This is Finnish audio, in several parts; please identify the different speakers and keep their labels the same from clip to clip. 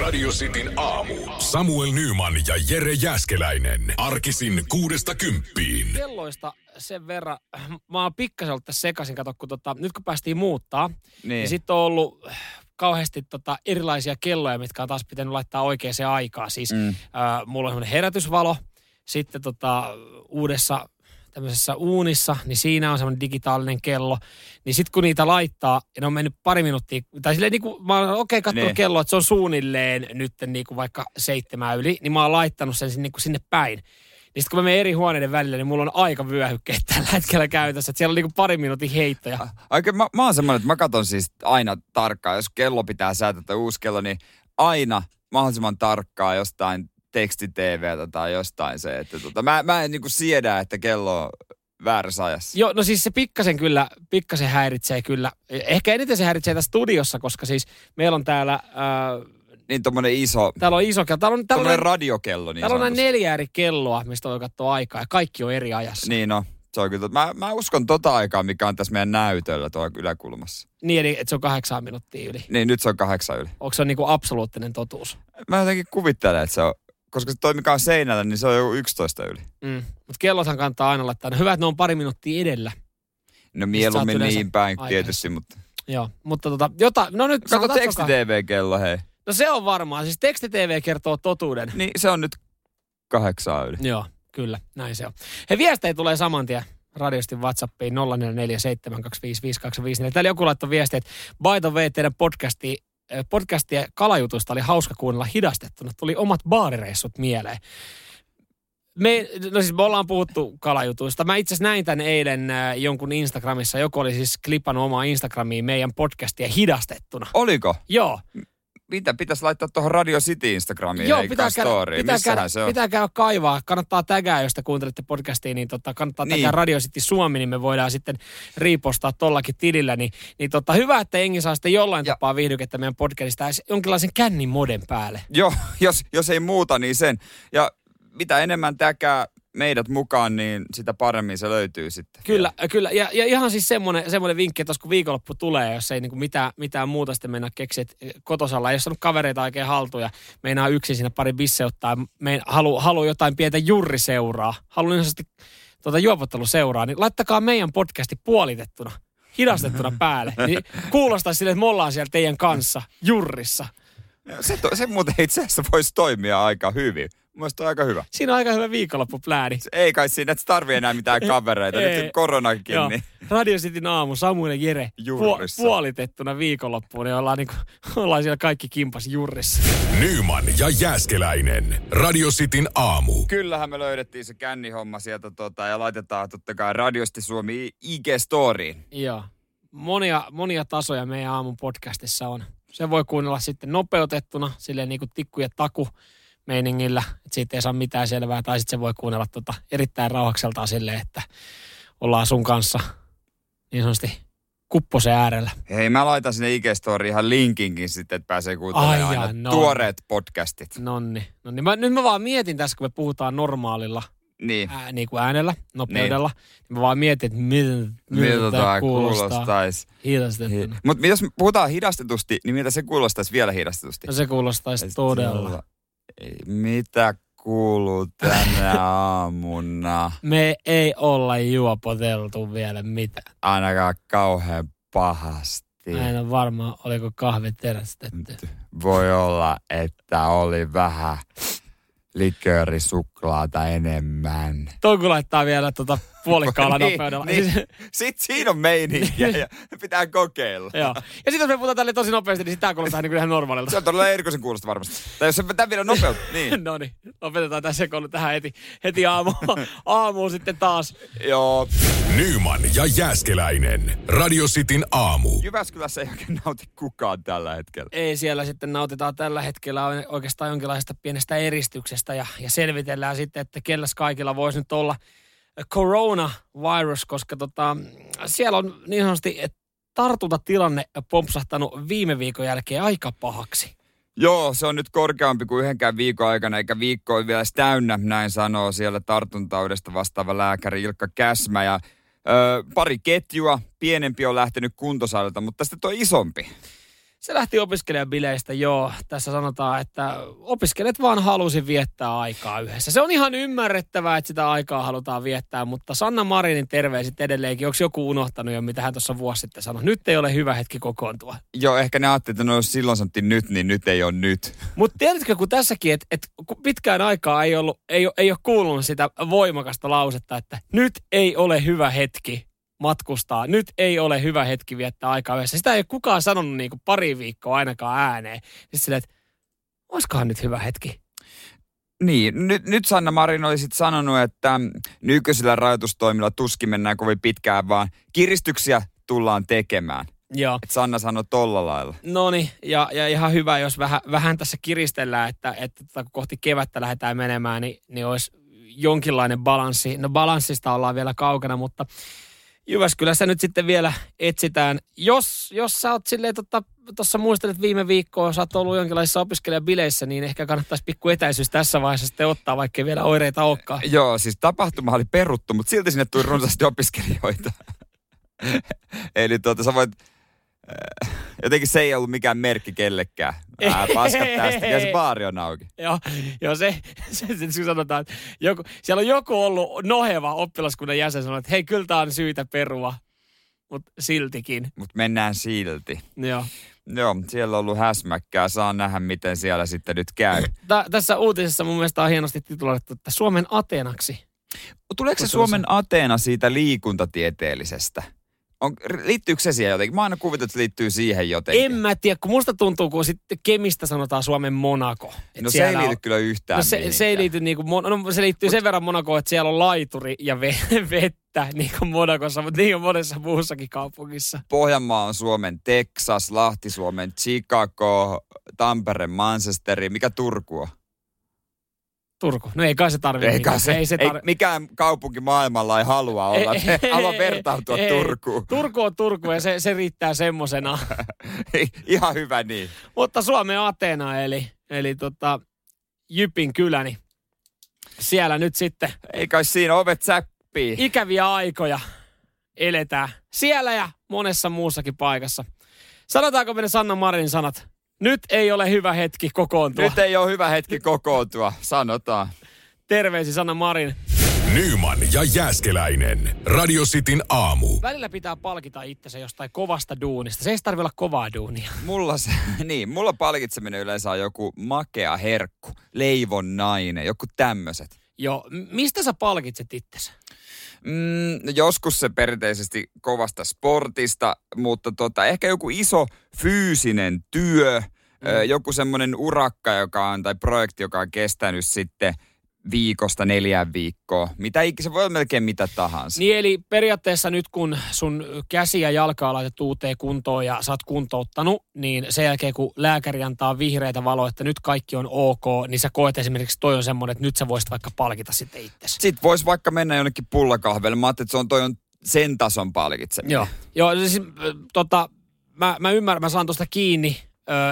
Speaker 1: Radio Cityn aamu. Samuel Nyman ja Jere Jäskeläinen. Arkisin kuudesta kymppiin.
Speaker 2: kelloista sen verran, mä oon pikkasen ollut tässä sekaisin, kato, kun tota, nyt kun päästiin muuttaa, niin, niin
Speaker 3: Niin.
Speaker 2: sitten on ollut äh, kauheasti tota, erilaisia kelloja, mitkä on taas pitänyt laittaa oikeaan aikaan. Siis mm. äh, mulla on semmoinen herätysvalo, sitten tota, uudessa tämmöisessä uunissa, niin siinä on semmoinen digitaalinen kello. Niin sitten kun niitä laittaa, ja ne on mennyt pari minuuttia, tai silleen niin kuin, mä oon okei okay, katsonut
Speaker 3: Niin.
Speaker 2: kelloa, että se on suunnilleen nyt niin kuin vaikka seitsemää yli, niin mä oon laittanut sen sinne, niin kuin sinne päin. Niin sitten kun mä menen eri huoneiden välillä, niin mulla on aika vyöhykkeet tällä hetkellä käytössä. Että siellä on niinku pari minuutin heittoja.
Speaker 3: Oikein, mä, mä oon semmoinen, että mä katon siis aina tarkkaan, jos kello pitää säätää tai uusi kello, niin aina mahdollisimman tarkkaan jostain tekstiteeveeltä tai jostain se, että tota, mä, mä en niinku siedä, että kello on väärässä ajassa.
Speaker 2: Joo, no siis se pikkasen kyllä, pikkasen häiritsee kyllä. Ehkä eniten se häiritsee tässä studiossa, koska siis meillä on täällä, äh,
Speaker 3: Niin tommonen iso,
Speaker 2: täällä on iso kello. Täällä on, täällä
Speaker 3: tommonen
Speaker 2: on,
Speaker 3: radiokello niin
Speaker 2: täällä on näin
Speaker 3: sanotusti.
Speaker 2: neljä eri kelloa, mistä voi katsoa aikaa ja kaikki on eri ajassa. Niin,
Speaker 3: Niin no, se on kyllä, tot- mä, mä uskon tota aikaa, mikä on tässä meidän näytöllä tuolla yläkulmassa.
Speaker 2: niin eli että se on kahdeksan minuuttia yli.
Speaker 3: Niin nyt se on kahdeksan yli.
Speaker 2: Onko se niinku absoluuttinen totuus?
Speaker 3: Mä jotenkin kuvittelen, että se on, koska se toi mikä on seinällä, niin se on joku 11 yli.
Speaker 2: Mm. Mutta kellothan kannattaa aina laittaa. No hyvä, että ne on pari minuuttia edellä.
Speaker 3: No
Speaker 2: sä oot
Speaker 3: mieluummin
Speaker 2: yleensä
Speaker 3: niin päin
Speaker 2: aikaisessa?
Speaker 3: tietysti, mutta...
Speaker 2: Joo, mutta tota, jota, no nyt
Speaker 3: Kato
Speaker 2: sanotaan, että se on
Speaker 3: teksti-tv-kello, hei.
Speaker 2: kah- No se on varmaan, siis teksti-tv kertoo totuuden.
Speaker 3: Niin se on nyt kahdeksaa yli.
Speaker 2: Joo, kyllä, näin se on. He viestejä tulee saman tien radiostin WhatsAppiin 0447255254. Täällä joku laittoi viestiä, että by the way, teidän podcasti, eh, podcastia kalajutusta oli hauska kuunnella hidastettuna. Tuli omat baarireissut mieleen. Me, no siis me ollaan puhuttu kalajutuista. Mä itse asiassa näin tämän eilen äh, jonkun Instagramissa. Joku oli siis klipannut omaa Instagramiin meidän podcastia hidastettuna.
Speaker 3: Oliko?
Speaker 2: Joo.
Speaker 3: Mitä pitäisi laittaa tuohon Radio City Instagramiin?
Speaker 2: Joo,
Speaker 3: hei,
Speaker 2: pitää
Speaker 3: kas
Speaker 2: käydä,
Speaker 3: storyin.
Speaker 2: pitää,
Speaker 3: Missähän
Speaker 2: käydä,
Speaker 3: se on?
Speaker 2: pitää käydä kaivaa. Kannattaa tägää, jos te kuuntelette podcastia, niin tota, kannattaa niin.
Speaker 3: Niin.
Speaker 2: tägää Radio City Suomi, niin me voidaan sitten riipostaa tollakin tilillä. Niin, niin tota, hyvä, että Engi saa sitten jollain ja.
Speaker 3: Ja-
Speaker 2: tapaa viihdykettä meidän podcastista edes jonkinlaisen kännin moden päälle.
Speaker 3: Joo, jos, jos ei muuta, niin sen. Ja mitä enemmän täkää meidät mukaan, niin sitä paremmin se löytyy sitten.
Speaker 2: Kyllä, kyllä. Ja, ja ihan siis semmoinen, semmoinen vinkki, että jos kun viikonloppu tulee, jos ei niinku mitään, mitään muuta sitten mennä keksiä, että eh, kotosalla ei ole saanut kavereita oikein haltuun ja meinaa yksin siinä pari bisse ottaa, mein, halu, halu jotain pientä jurriseuraa, haluan niin sanotusti tuota juopotteluseuraa, niin laittakaa meidän podcasti puolitettuna, hidastettuna päälle. Niin kuulostaa sille, että me ollaan siellä teidän kanssa jurrissa.
Speaker 3: Se, to, se muuten itse asiassa voisi toimia aika hyvin. Mielestäni toi on aika hyvä.
Speaker 2: Siinä on aika hyvä viikonloppupläni.
Speaker 3: Se- Ei kai siinä, että tarvii enää mitään kavereita. Nyt
Speaker 2: Ei.
Speaker 3: on koronakin,
Speaker 2: Joo.
Speaker 3: niin
Speaker 2: Radio Cityn aamu, Samuel ja Jere, puo-
Speaker 3: Jurrissa.
Speaker 2: puolitettuna viikonloppuun, niin ollaan, niinku, ollaan siellä kaikki kimpas jurrissa.
Speaker 1: Nyman ja Jäskeläinen. Radio Cityn aamu.
Speaker 3: kyllähän me löydettiin se kännihomma sieltä tota, ja laitetaan totta kai radiosti Suomi IG-storiin.
Speaker 2: Joo. Monia, monia tasoja meidän aamun podcastissa on. Se voi kuunnella sitten nopeutettuna, silleen niin kuin tikku ja taku meiningillä, että siitä ei saa mitään selvää. Tai sitten se voi kuunnella tota erittäin rauhakseltaan silleen, että ollaan sun kanssa niin sanotusti kupposen äärellä.
Speaker 3: Hei, mä laitan sinne ig ihan linkinkin sitten, että pääsee kuuntelemaan
Speaker 2: Ai
Speaker 3: aina
Speaker 2: jaa, no.
Speaker 3: tuoreet podcastit.
Speaker 2: Nonni. Nonni. Mä, nyt mä vaan mietin tässä, kun me puhutaan normaalilla
Speaker 3: Niin,
Speaker 2: ää, niin kuin äänellä, nopeudella. Niin. Niin mä vaan mietin, että miltä,
Speaker 3: miltä tämä
Speaker 2: kuulostaa.
Speaker 3: kuulostaisi.
Speaker 2: Hidastettuna.
Speaker 3: Mutta jos me puhutaan hidastetusti, niin miltä se kuulostaisi vielä hidastetusti?
Speaker 2: No se kuulostaisi
Speaker 3: Ei
Speaker 2: todella.
Speaker 3: Ei, Mitä kuuluu tänä aamuna?
Speaker 2: Me ei olla juopoteltu vielä mitään.
Speaker 3: Ainakaan kauhean pahasti.
Speaker 2: Mä en ole varma, oliko kahvi terästetty.
Speaker 3: Niin. Voi olla, että oli vähän liköörisuklaata enemmän.
Speaker 2: Toi kun laittaa vielä tota puolikkaalla
Speaker 3: Niin,
Speaker 2: nopeudella.
Speaker 3: niin.
Speaker 2: Siis-
Speaker 3: Sitten siinä on meininkiä ja pitää kokeilla.
Speaker 2: joo. Ja sitten jos me puhutaan tälle tosi nopeasti, niin sitä kuulostaa niin kuin ihan normaalilta.
Speaker 3: Se on todella erikoisen kuulosta varmasti. Tai jos se vetää vielä nopeutta, niin.
Speaker 2: No niin, lopetetaan tässä sekoilu tähän heti, heti aamu, aamuun sitten taas.
Speaker 3: Joo,
Speaker 1: Nyman ja Jäskeläinen. Radio Cityn aamu.
Speaker 3: Jyväskylässä ei oikein nauti kukaan tällä hetkellä.
Speaker 2: ei siellä sitten nautitaan tällä hetkellä o- oikeastaan jonkinlaista pienestä eristyksestä ja, ja selvitellään sitten, että kelläs kaikilla voisi nyt olla coronavirus, koska tota, siellä on niin sanotusti tartuntatilanne pompsahtanut viime viikon jälkeen aika pahaksi.
Speaker 3: Joo, se on nyt korkeampi kuin yhdenkään viikon aikana, eikä viikko ole vielä edes täynnä, näin sanoo siellä tartuntaudesta vastaava lääkäri Ilkka Käsmä. Ja, ö, pari ketjua, pienempi on lähtenyt kuntosalilta, mutta sitten tuo isompi.
Speaker 2: Se lähti opiskelijabileistä, joo. Tässä sanotaan, että opiskelijat vaan halusi viettää aikaa yhdessä. Se on ihan ymmärrettävää, että sitä aikaa halutaan viettää, mutta Sanna Marinin terveiset edelleenkin. Onko joku unohtanut jo, mitä hän tuossa vuosi sitten sanoi? Nyt ei ole hyvä hetki kokoontua.
Speaker 3: Joo, ehkä ne ajattelivat, että no jos silloin sanottiin nyt, niin nyt ei ole nyt.
Speaker 2: Mutta tiedätkö, kun tässäkin, että et, kun pitkään aikaa ei, ollut, ei, oo- ei ole kuulunut sitä voimakasta lausetta, että nyt ei ole hyvä hetki matkustaa. Nyt ei ole hyvä hetki viettää aikaa yhdessä. Sitä ei ole kukaan sanonut niin kuin pari viikkoa ainakaan ääneen. Sitten silleen, että olisikohan nyt hyvä hetki.
Speaker 3: Niin, nyt, nyt Sanna Marin oli sitten sanonut, että nykyisillä rajoitustoimilla tuskin mennään kovin pitkään, vaan kiristyksiä tullaan tekemään.
Speaker 2: Joo.
Speaker 3: Et Sanna sanoi tolla lailla.
Speaker 2: No niin, ja, ja, ihan hyvä, jos vähän, vähän tässä kiristellään, että, että tota, kun kohti kevättä lähdetään menemään, niin, niin olisi jonkinlainen balanssi. No balanssista ollaan vielä kaukana, mutta Jyväskylässä nyt sitten vielä etsitään. Jos, jos sä oot silleen, tuossa tota, muistelet viime viikkoa, sä oot ollut jonkinlaisissa opiskelijabileissä, niin ehkä kannattaisi pikku etäisyys tässä vaiheessa sitten ottaa, vaikkei vielä oireita olekaan.
Speaker 3: Joo, siis tapahtuma oli peruttu, mutta silti sinne tuli runsaasti opiskelijoita. Eli tuota, sä voit... äh, Jotenkin se ei ollut mikään merkki kellekään. Ää, paskat tästä, ja se baari on auki.
Speaker 2: Joo, joo se, se, se, se sanotaan, että joku, siellä on joku ollut noheva oppilaskunnan jäsen sanonut, että hei, kyllä tämä on syytä perua, mutta siltikin.
Speaker 3: Mutta mennään silti.
Speaker 2: Joo.
Speaker 3: Joo, siellä on ollut häsmäkkää. Saa nähdä, miten siellä sitten nyt käy.
Speaker 2: Tä, tässä uutisessa mun mielestä on hienosti tituloitu, että Suomen Atenaksi.
Speaker 3: Tuleeko se
Speaker 2: Tuossa
Speaker 3: Suomen Ateena siitä liikuntatieteellisestä? On, liittyykö se siihen jotenkin? Mä aina kuvitan, että se liittyy siihen jotenkin.
Speaker 2: En mä tiedä, kun musta tuntuu, kun sitten Kemistä sanotaan Suomen Monaco. Et
Speaker 3: no se ei
Speaker 2: siellä
Speaker 3: liity
Speaker 2: on-
Speaker 3: kyllä yhtään
Speaker 2: No se, se, ei
Speaker 3: mihinkään.
Speaker 2: liity niinku, mon- no, se liittyy sen verran Monakoon, että siellä on laituri ja ve- vettä niin kuin Monakossa, mutta niin on monessa muussakin kaupungissa.
Speaker 3: Pohjanmaa on Suomen Texas, Lahti Suomen Chicago, Tampere Manchesteri. Mikä Turku on?
Speaker 2: Turku. No ei kai se tarvitse.
Speaker 3: Ei, kai
Speaker 2: mitään.
Speaker 3: se, ei,
Speaker 2: ei se
Speaker 3: ei
Speaker 2: tar-
Speaker 3: mikään kaupunki maailmalla ei halua olla.
Speaker 2: Ei,
Speaker 3: Ei,
Speaker 2: ei,
Speaker 3: halua
Speaker 2: ei,
Speaker 3: vertautua
Speaker 2: ei.
Speaker 3: Turkuun.
Speaker 2: Turku on Turku ja se, se riittää semmosena.
Speaker 3: Ihan hyvä niin.
Speaker 2: Mutta Suomen Atena eli, eli tota, Jypin kyläni. Siellä nyt sitten
Speaker 3: Ei kai siinä ovet säppii.
Speaker 2: ikäviä aikoja eletään. Siellä ja monessa muussakin paikassa. Sanotaanko meidän Sanna Marin sanat? Nyt ei ole hyvä hetki kokoontua. Nyt.
Speaker 3: Nyt ei ole hyvä hetki kokoontua, sanotaan.
Speaker 2: Terveisi Sanna Marin.
Speaker 1: Nyman ja Jääskeläinen. Radio Cityn aamu.
Speaker 2: Välillä pitää palkita itsensä jostain kovasta duunista. Se ei tarvitse olla kovaa duunia.
Speaker 3: Mulla, se, niin, mulla palkitseminen yleensä on joku makea herkku, leivon nainen, joku tämmöiset.
Speaker 2: Joo, m- mistä sä palkitset itsensä?
Speaker 3: Mm, joskus se perinteisesti kovasta sportista, mutta tota, ehkä joku iso fyysinen työ, mm. joku semmoinen urakka joka on, tai projekti, joka on kestänyt sitten viikosta neljään viikkoa. Mitä ikinä, se voi olla melkein mitä tahansa.
Speaker 2: Niin eli periaatteessa nyt kun sun käsi ja jalka on laitettu uuteen kuntoon ja sä oot kuntouttanut, niin sen jälkeen kun lääkäri antaa vihreitä valoa, että nyt kaikki on ok, niin sä koet esimerkiksi toi on semmoinen, että nyt sä voisit vaikka palkita sitten itsesi.
Speaker 3: Sitten voisi vaikka mennä jonnekin pullakahvelle. Mä ajattelin, että se on toi on sen tason palkitseminen.
Speaker 2: Joo, Joo siis, äh, tota, mä, mä ymmärrän, mä saan tuosta kiinni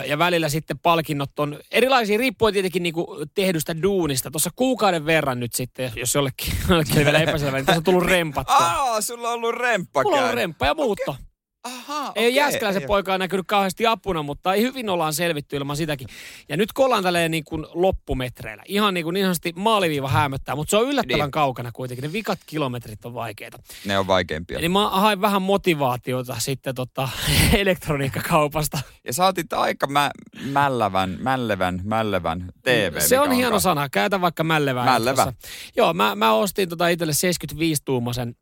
Speaker 2: ö, ja välillä sitten palkinnot on erilaisia, riippuen tietenkin niinku tehdystä duunista. Tuossa kuukauden verran nyt sitten, jos jollekin, jollekin oli vielä epäselvä, niin tässä on tullut rempattua.
Speaker 3: Aa, sulla on ollut remppa
Speaker 2: Mulla on ollut
Speaker 3: käy.
Speaker 2: remppa ja muutto.
Speaker 3: Aha,
Speaker 2: Ei okay,
Speaker 3: okei,
Speaker 2: Jääskeläisen
Speaker 3: ei
Speaker 2: poikaa näkynyt kauheasti apuna, mutta ei hyvin ollaan selvitty ilman sitäkin. Ja nyt kun ollaan tälleen niin kuin loppumetreillä, ihan niin kuin niin sanotusti maaliviiva häämöttää, mutta se on yllättävän
Speaker 3: Niin.
Speaker 2: niin. kaukana kuitenkin. Ne vikat kilometrit on vaikeita.
Speaker 3: ole. Ne on vaikeimpia.
Speaker 2: Eli mä hain vähän motivaatiota sitten tota elektroniikkakaupasta.
Speaker 3: Ja sä otit aika mä, mällävän, mällevän, mällevän TV.
Speaker 2: se
Speaker 3: mikä
Speaker 2: on hieno
Speaker 3: onkaan.
Speaker 2: sana. Käytä vaikka mällevää.
Speaker 3: Mällevä.
Speaker 2: jatkossa. Joo, mä, mä ostin tota itselle 75-tuumaisen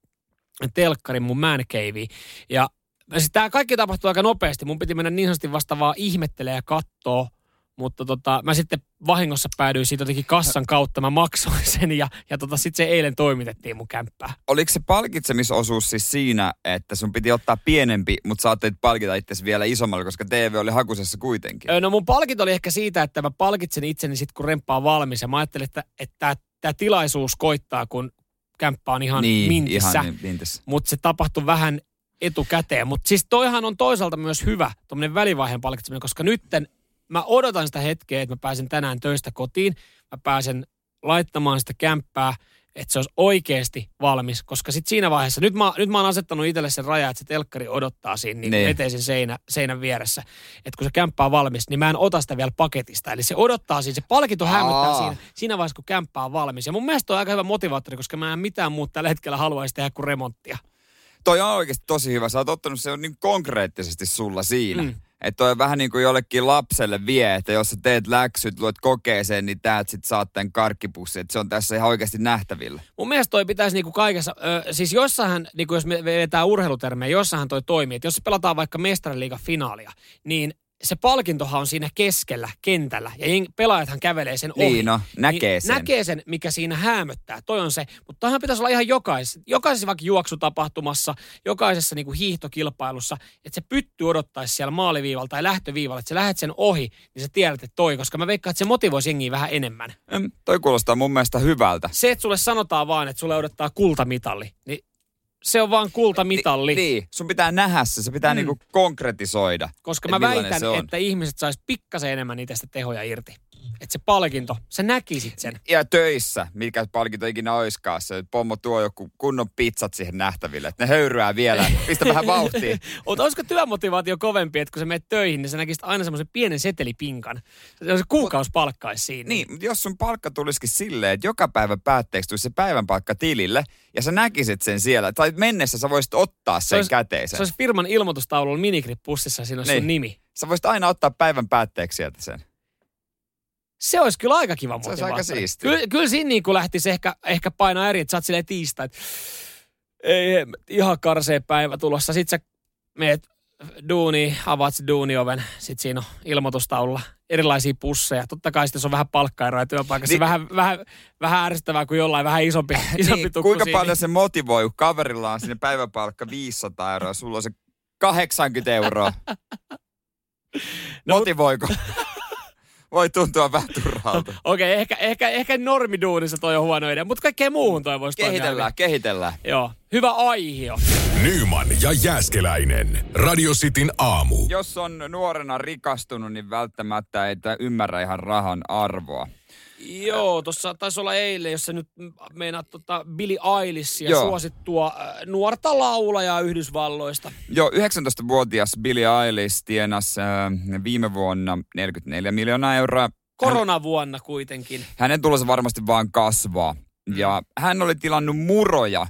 Speaker 2: telkkarin mun man caveen. Ja siis tämä kaikki tapahtui aika nopeasti. Mun piti mennä niin sanotusti vasta vaan ihmettelemään ja katsoa. Mutta tota, mä sitten vahingossa päädyin siitä jotenkin kassan kautta. Mä maksoin sen ja, ja tota, sitten se eilen toimitettiin mun kämppään.
Speaker 3: Oliko se palkitsemisosuus siis siinä, että sun piti ottaa pienempi, mutta sä ajattelit palkita itsesi vielä isommalle, koska TV oli hakusessa kuitenkin?
Speaker 2: Ö, No mun palkinto oli ehkä siitä, että mä palkitsen itseni sitten, kun remppa on valmis. Ja mä ajattelin, että tämä tilaisuus koittaa, kun kämppä on ihan niin, mintissä.
Speaker 3: ihan niin, mintissä.
Speaker 2: mutta se tapahtui vähän etukäteen. Mutta siis toihan on toisaalta myös hyvä, tuommoinen välivaiheen palkitseminen, koska nytten mä odotan sitä hetkeä, että mä pääsen tänään töistä kotiin, mä pääsen laittamaan sitä kämppää, että se olisi oikeasti valmis, koska sitten siinä vaiheessa, nyt mä, nyt mä oon asettanut itselle sen rajan, että se telkkari odottaa siinä niin
Speaker 3: Niin.
Speaker 2: niin. eteisen seinä, seinän vieressä, että kun se kämppä on valmis, niin mä en ota sitä vielä paketista. Eli se odottaa siinä, se palkinto hämöttää
Speaker 3: Aa.
Speaker 2: siinä, siinä vaiheessa, kun kämppä on valmis. Ja mun mielestä toi on aika hyvä motivaattori, koska mä en mitään muuta tällä hetkellä haluaisi tehdä kuin remonttia.
Speaker 3: Toi on oikeasti tosi hyvä. Sä oot ottanut sen niin konkreettisesti sulla siinä. Mm.
Speaker 2: Mm.
Speaker 3: Että toi on vähän niin kuin jollekin lapselle vie, että jos sä teet läksyt, luet kokeeseen, niin täältä sit saat tämän karkkipussin. Että se on tässä ihan oikeasti nähtävillä.
Speaker 2: Mun mielestä toi pitäisi niinku kaikessa, ö, siis jossahan, niinku jos me vedetään urheilutermejä, jossahan toi toimii. Et jos pelataan vaikka mestariliigan finaalia, niin se palkintohan on siinä keskellä kentällä ja jeng- pelaajathan kävelee sen ohi.
Speaker 3: Niin no, näkee
Speaker 2: niin
Speaker 3: sen.
Speaker 2: Näkee sen, mikä siinä häämöttää. Toi on se. Mutta toihan pitäisi olla ihan jokais, jokaisessa vaikka juoksutapahtumassa, jokaisessa niinku hiihtokilpailussa, että se pytty odottaisi siellä maaliviivalla tai lähtöviivalla, että sä lähet sen ohi, niin sä tiedät, että toi, koska mä veikkaan, että se motivoisi jengiä vähän enemmän
Speaker 3: Mm, Toi kuulostaa mun mielestä hyvältä.
Speaker 2: se, että sulle sanotaan vaan, että sulle odottaa kultamitalli, niin se on vaan kultamitalli.
Speaker 3: Niin, sun pitää nähdä se, se pitää mm. niinku konkretisoida.
Speaker 2: koska
Speaker 3: Et
Speaker 2: mä
Speaker 3: millainen
Speaker 2: väitän,
Speaker 3: se on.
Speaker 2: että ihmiset sais pikkasen enemmän niitä sitä tehoja irti. Että se palkinto, sä näkisit sen.
Speaker 3: Ja töissä, mikä palkinto ikinä oiskaan, se pommo tuo joku kunnon pizzat siihen nähtäville. Että ne höyryää vielä, pistä vähän vauhtia.
Speaker 2: Mutta olisiko työmotivaatio kovempi, että kun sä menet töihin, niin sä näkisit aina semmoisen pienen setelipinkan. Se on se kuukausipalkkais siinä.
Speaker 3: Niin, mutta jos sun palkka tulisikin silleen, että joka päivä päätteeksi tulisi se päivän palkka tilille, ja sä näkisit sen siellä, tai mennessä sä voisit ottaa sen
Speaker 2: olisi-
Speaker 3: käteisen.
Speaker 2: Se olisi firman ilmoitustaululla minikripussissa ja siinä olisi
Speaker 3: Niin.
Speaker 2: sun nimi.
Speaker 3: Sä voisit aina ottaa päivän päätteeksi sieltä sen.
Speaker 2: Se olisi kyllä aika kiva
Speaker 3: Se olisi aika
Speaker 2: motivaattori.
Speaker 3: siistiä.
Speaker 2: Kyllä, kyllä siinä niin kuin lähtisi ehkä, ehkä painaa eri, että sä oot silleen tiistai, että ei hemmet, ihan karsee päivä tulossa. Sit sä meet duuni, avaat se duunioven, sit siinä on ilmoitustaululla erilaisia pusseja. Totta kai sitten se on vähän palkkaeroja työpaikassa. Niin.
Speaker 3: Niin.
Speaker 2: Vähän, vähän, vähän ärsyttävää kuin jollain vähän isompi, isompi
Speaker 3: Niin,
Speaker 2: tukku
Speaker 3: kuinka
Speaker 2: siinä.
Speaker 3: paljon se motivoi, kun kaverilla on sinne päiväpalkka 500 euroa, sulla on se 80 euroa. no, Motivoiko? Voi tuntua vähän turhalta.
Speaker 2: Okei, okay, ehkä, ehkä, ehkä normiduunissa toi on huono idea, mutta kaikkeen muuhun toi voisi toimia
Speaker 3: Kehitellään, kehitellään.
Speaker 2: hyvin. Joo, hyvä aihio.
Speaker 1: Nyman ja Jääskeläinen. Radio Cityn aamu.
Speaker 3: Jos on nuorena rikastunut, niin välttämättä ei tää ymmärrä ihan rahan arvoa.
Speaker 2: Joo, tuossa taisi olla eilen, jos sä nyt mm, meinaat tota Billie Eilishia,
Speaker 3: Joo.
Speaker 2: suosittua äh, nuorta laulajaa Yhdysvalloista.
Speaker 3: Joo, 19-vuotias Billie Eilish tienasi äh, viime vuonna 44 miljoonaa euroa.
Speaker 2: Koronavuonna kuitenkin.
Speaker 3: Hänen tulonsa varmasti vaan kasvaa.
Speaker 2: Mm.
Speaker 3: Ja hän oli tilannut muroja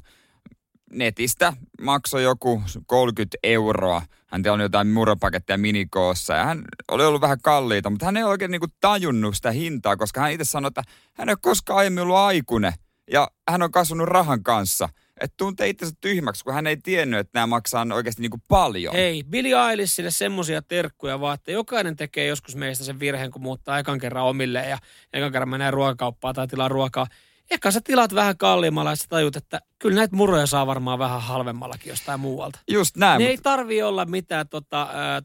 Speaker 3: netistä, maksoi joku 30 euroa. Hän tilannut jotain muropaketteja minikoossa ja hän oli ollut vähän kalliita, mutta hän ei oikein niinku tajunnut sitä hintaa, koska hän itse sanoi, että hän ei ole koskaan aiemmin ollut aikuinen ja hän on kasvanut rahan kanssa. Että tuntee itsensä tyhmäksi, kun hän ei tiennyt, että nämä maksaa oikeasti niinku paljon.
Speaker 2: Hei, Billie Eilishille semmosia terkkuja vaan, että jokainen tekee joskus meistä sen virheen, kun muuttaa ekan kerran omille ja ekan kerran menee ruokakauppaan tai tilaa ruokaa. Eka sä tilaat vähän kalliimmalla ja sä tajut, että kyllä näitä muroja saa varmaan vähän halvemmallakin jostain muualta.
Speaker 3: Just näin.
Speaker 2: Ne
Speaker 3: mut-
Speaker 2: ei tarvi olla mitään tota, ää, t-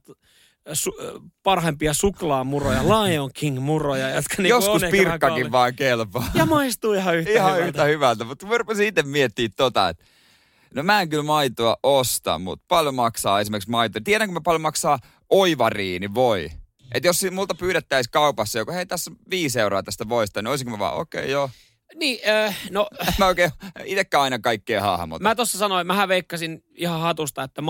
Speaker 2: su, ää, parhaimpia suklaamuroja, Lion King-muroja, jotka niinku
Speaker 3: Joskus
Speaker 2: on ehkä vähän
Speaker 3: pirkkakin
Speaker 2: kalli-
Speaker 3: vaan kelpaa.
Speaker 2: Ja maistuu ihan yhtä
Speaker 3: Ihan
Speaker 2: hyvältä.
Speaker 3: yhtä hyvältä, mutta mä rupesin itse miettimään tota, että no mä en kyllä maitoa osta, mutta paljon maksaa esimerkiksi maito. Tiedänkö mä paljon maksaa oivariini Niin voi? Että jos si- multa pyydettäisiin kaupassa joku, hei tässä on viisi euroa tästä voista, niin olisinko mä vaan, okei okay, joo.
Speaker 2: Niin, äh, no
Speaker 3: Mä oikein itsekään aina kaikkea hahmota.
Speaker 2: mä tuossa sanoin, mähän veikkasin ihan hatusta, että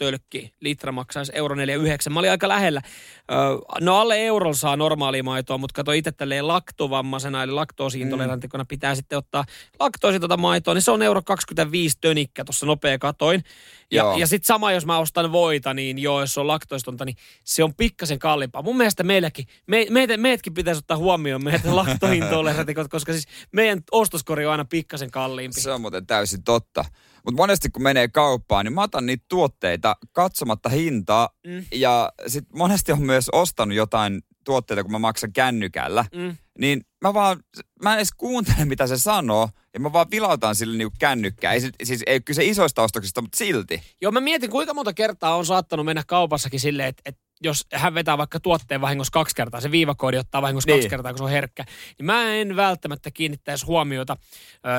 Speaker 2: maitotölkki litra maksaisi euro 49. Mä olin aika lähellä. Ö, No alle euron saa normaalia maitoa, mutta kato itse tälleen laktovammaisena, eli
Speaker 3: Mm.
Speaker 2: laktoosiintolerantikona pitää sitten ottaa laktoositonta maitoa, niin se on euro 25 tönikkä, tuossa nopea katoin. Ja,
Speaker 3: Joo.
Speaker 2: ja sitten sama, jos mä ostan voita, niin joo, jos se on laktoistonta, niin se on pikkasen kalliimpaa. Mun mielestä meilläkin, me, meitä, meidätkin pitäisi ottaa huomioon meidät laktointolerantikot, koska siis meidän ostoskori on aina pikkasen kalliimpi.
Speaker 3: Se on muuten täysin totta. Mutta monesti kun menee kauppaan, niin mä otan niitä tuotteita katsomatta hintaa. Mm.
Speaker 2: Mm.
Speaker 3: Ja sit monesti on myös ostanut jotain tuotteita, kun mä maksan kännykällä.
Speaker 2: Mm.
Speaker 3: Niin mä vaan, mä en edes kuuntele mitä se sanoo. Ja mä vaan vilautan sille niinku kännykkää. Ei, se- siis ei ole kyse isoista ostoksista, mutta silti.
Speaker 2: Joo, mä mietin, kuinka monta kertaa on saattanut mennä kaupassakin silleen, että, että jos hän vetää vaikka tuotteen vahingossa kaksi kertaa, se viivakoodi ottaa vahingossa
Speaker 3: Niin.
Speaker 2: niin. kaksi kertaa, kun se on herkkä, niin mä en välttämättä kiinnittäisi huomiota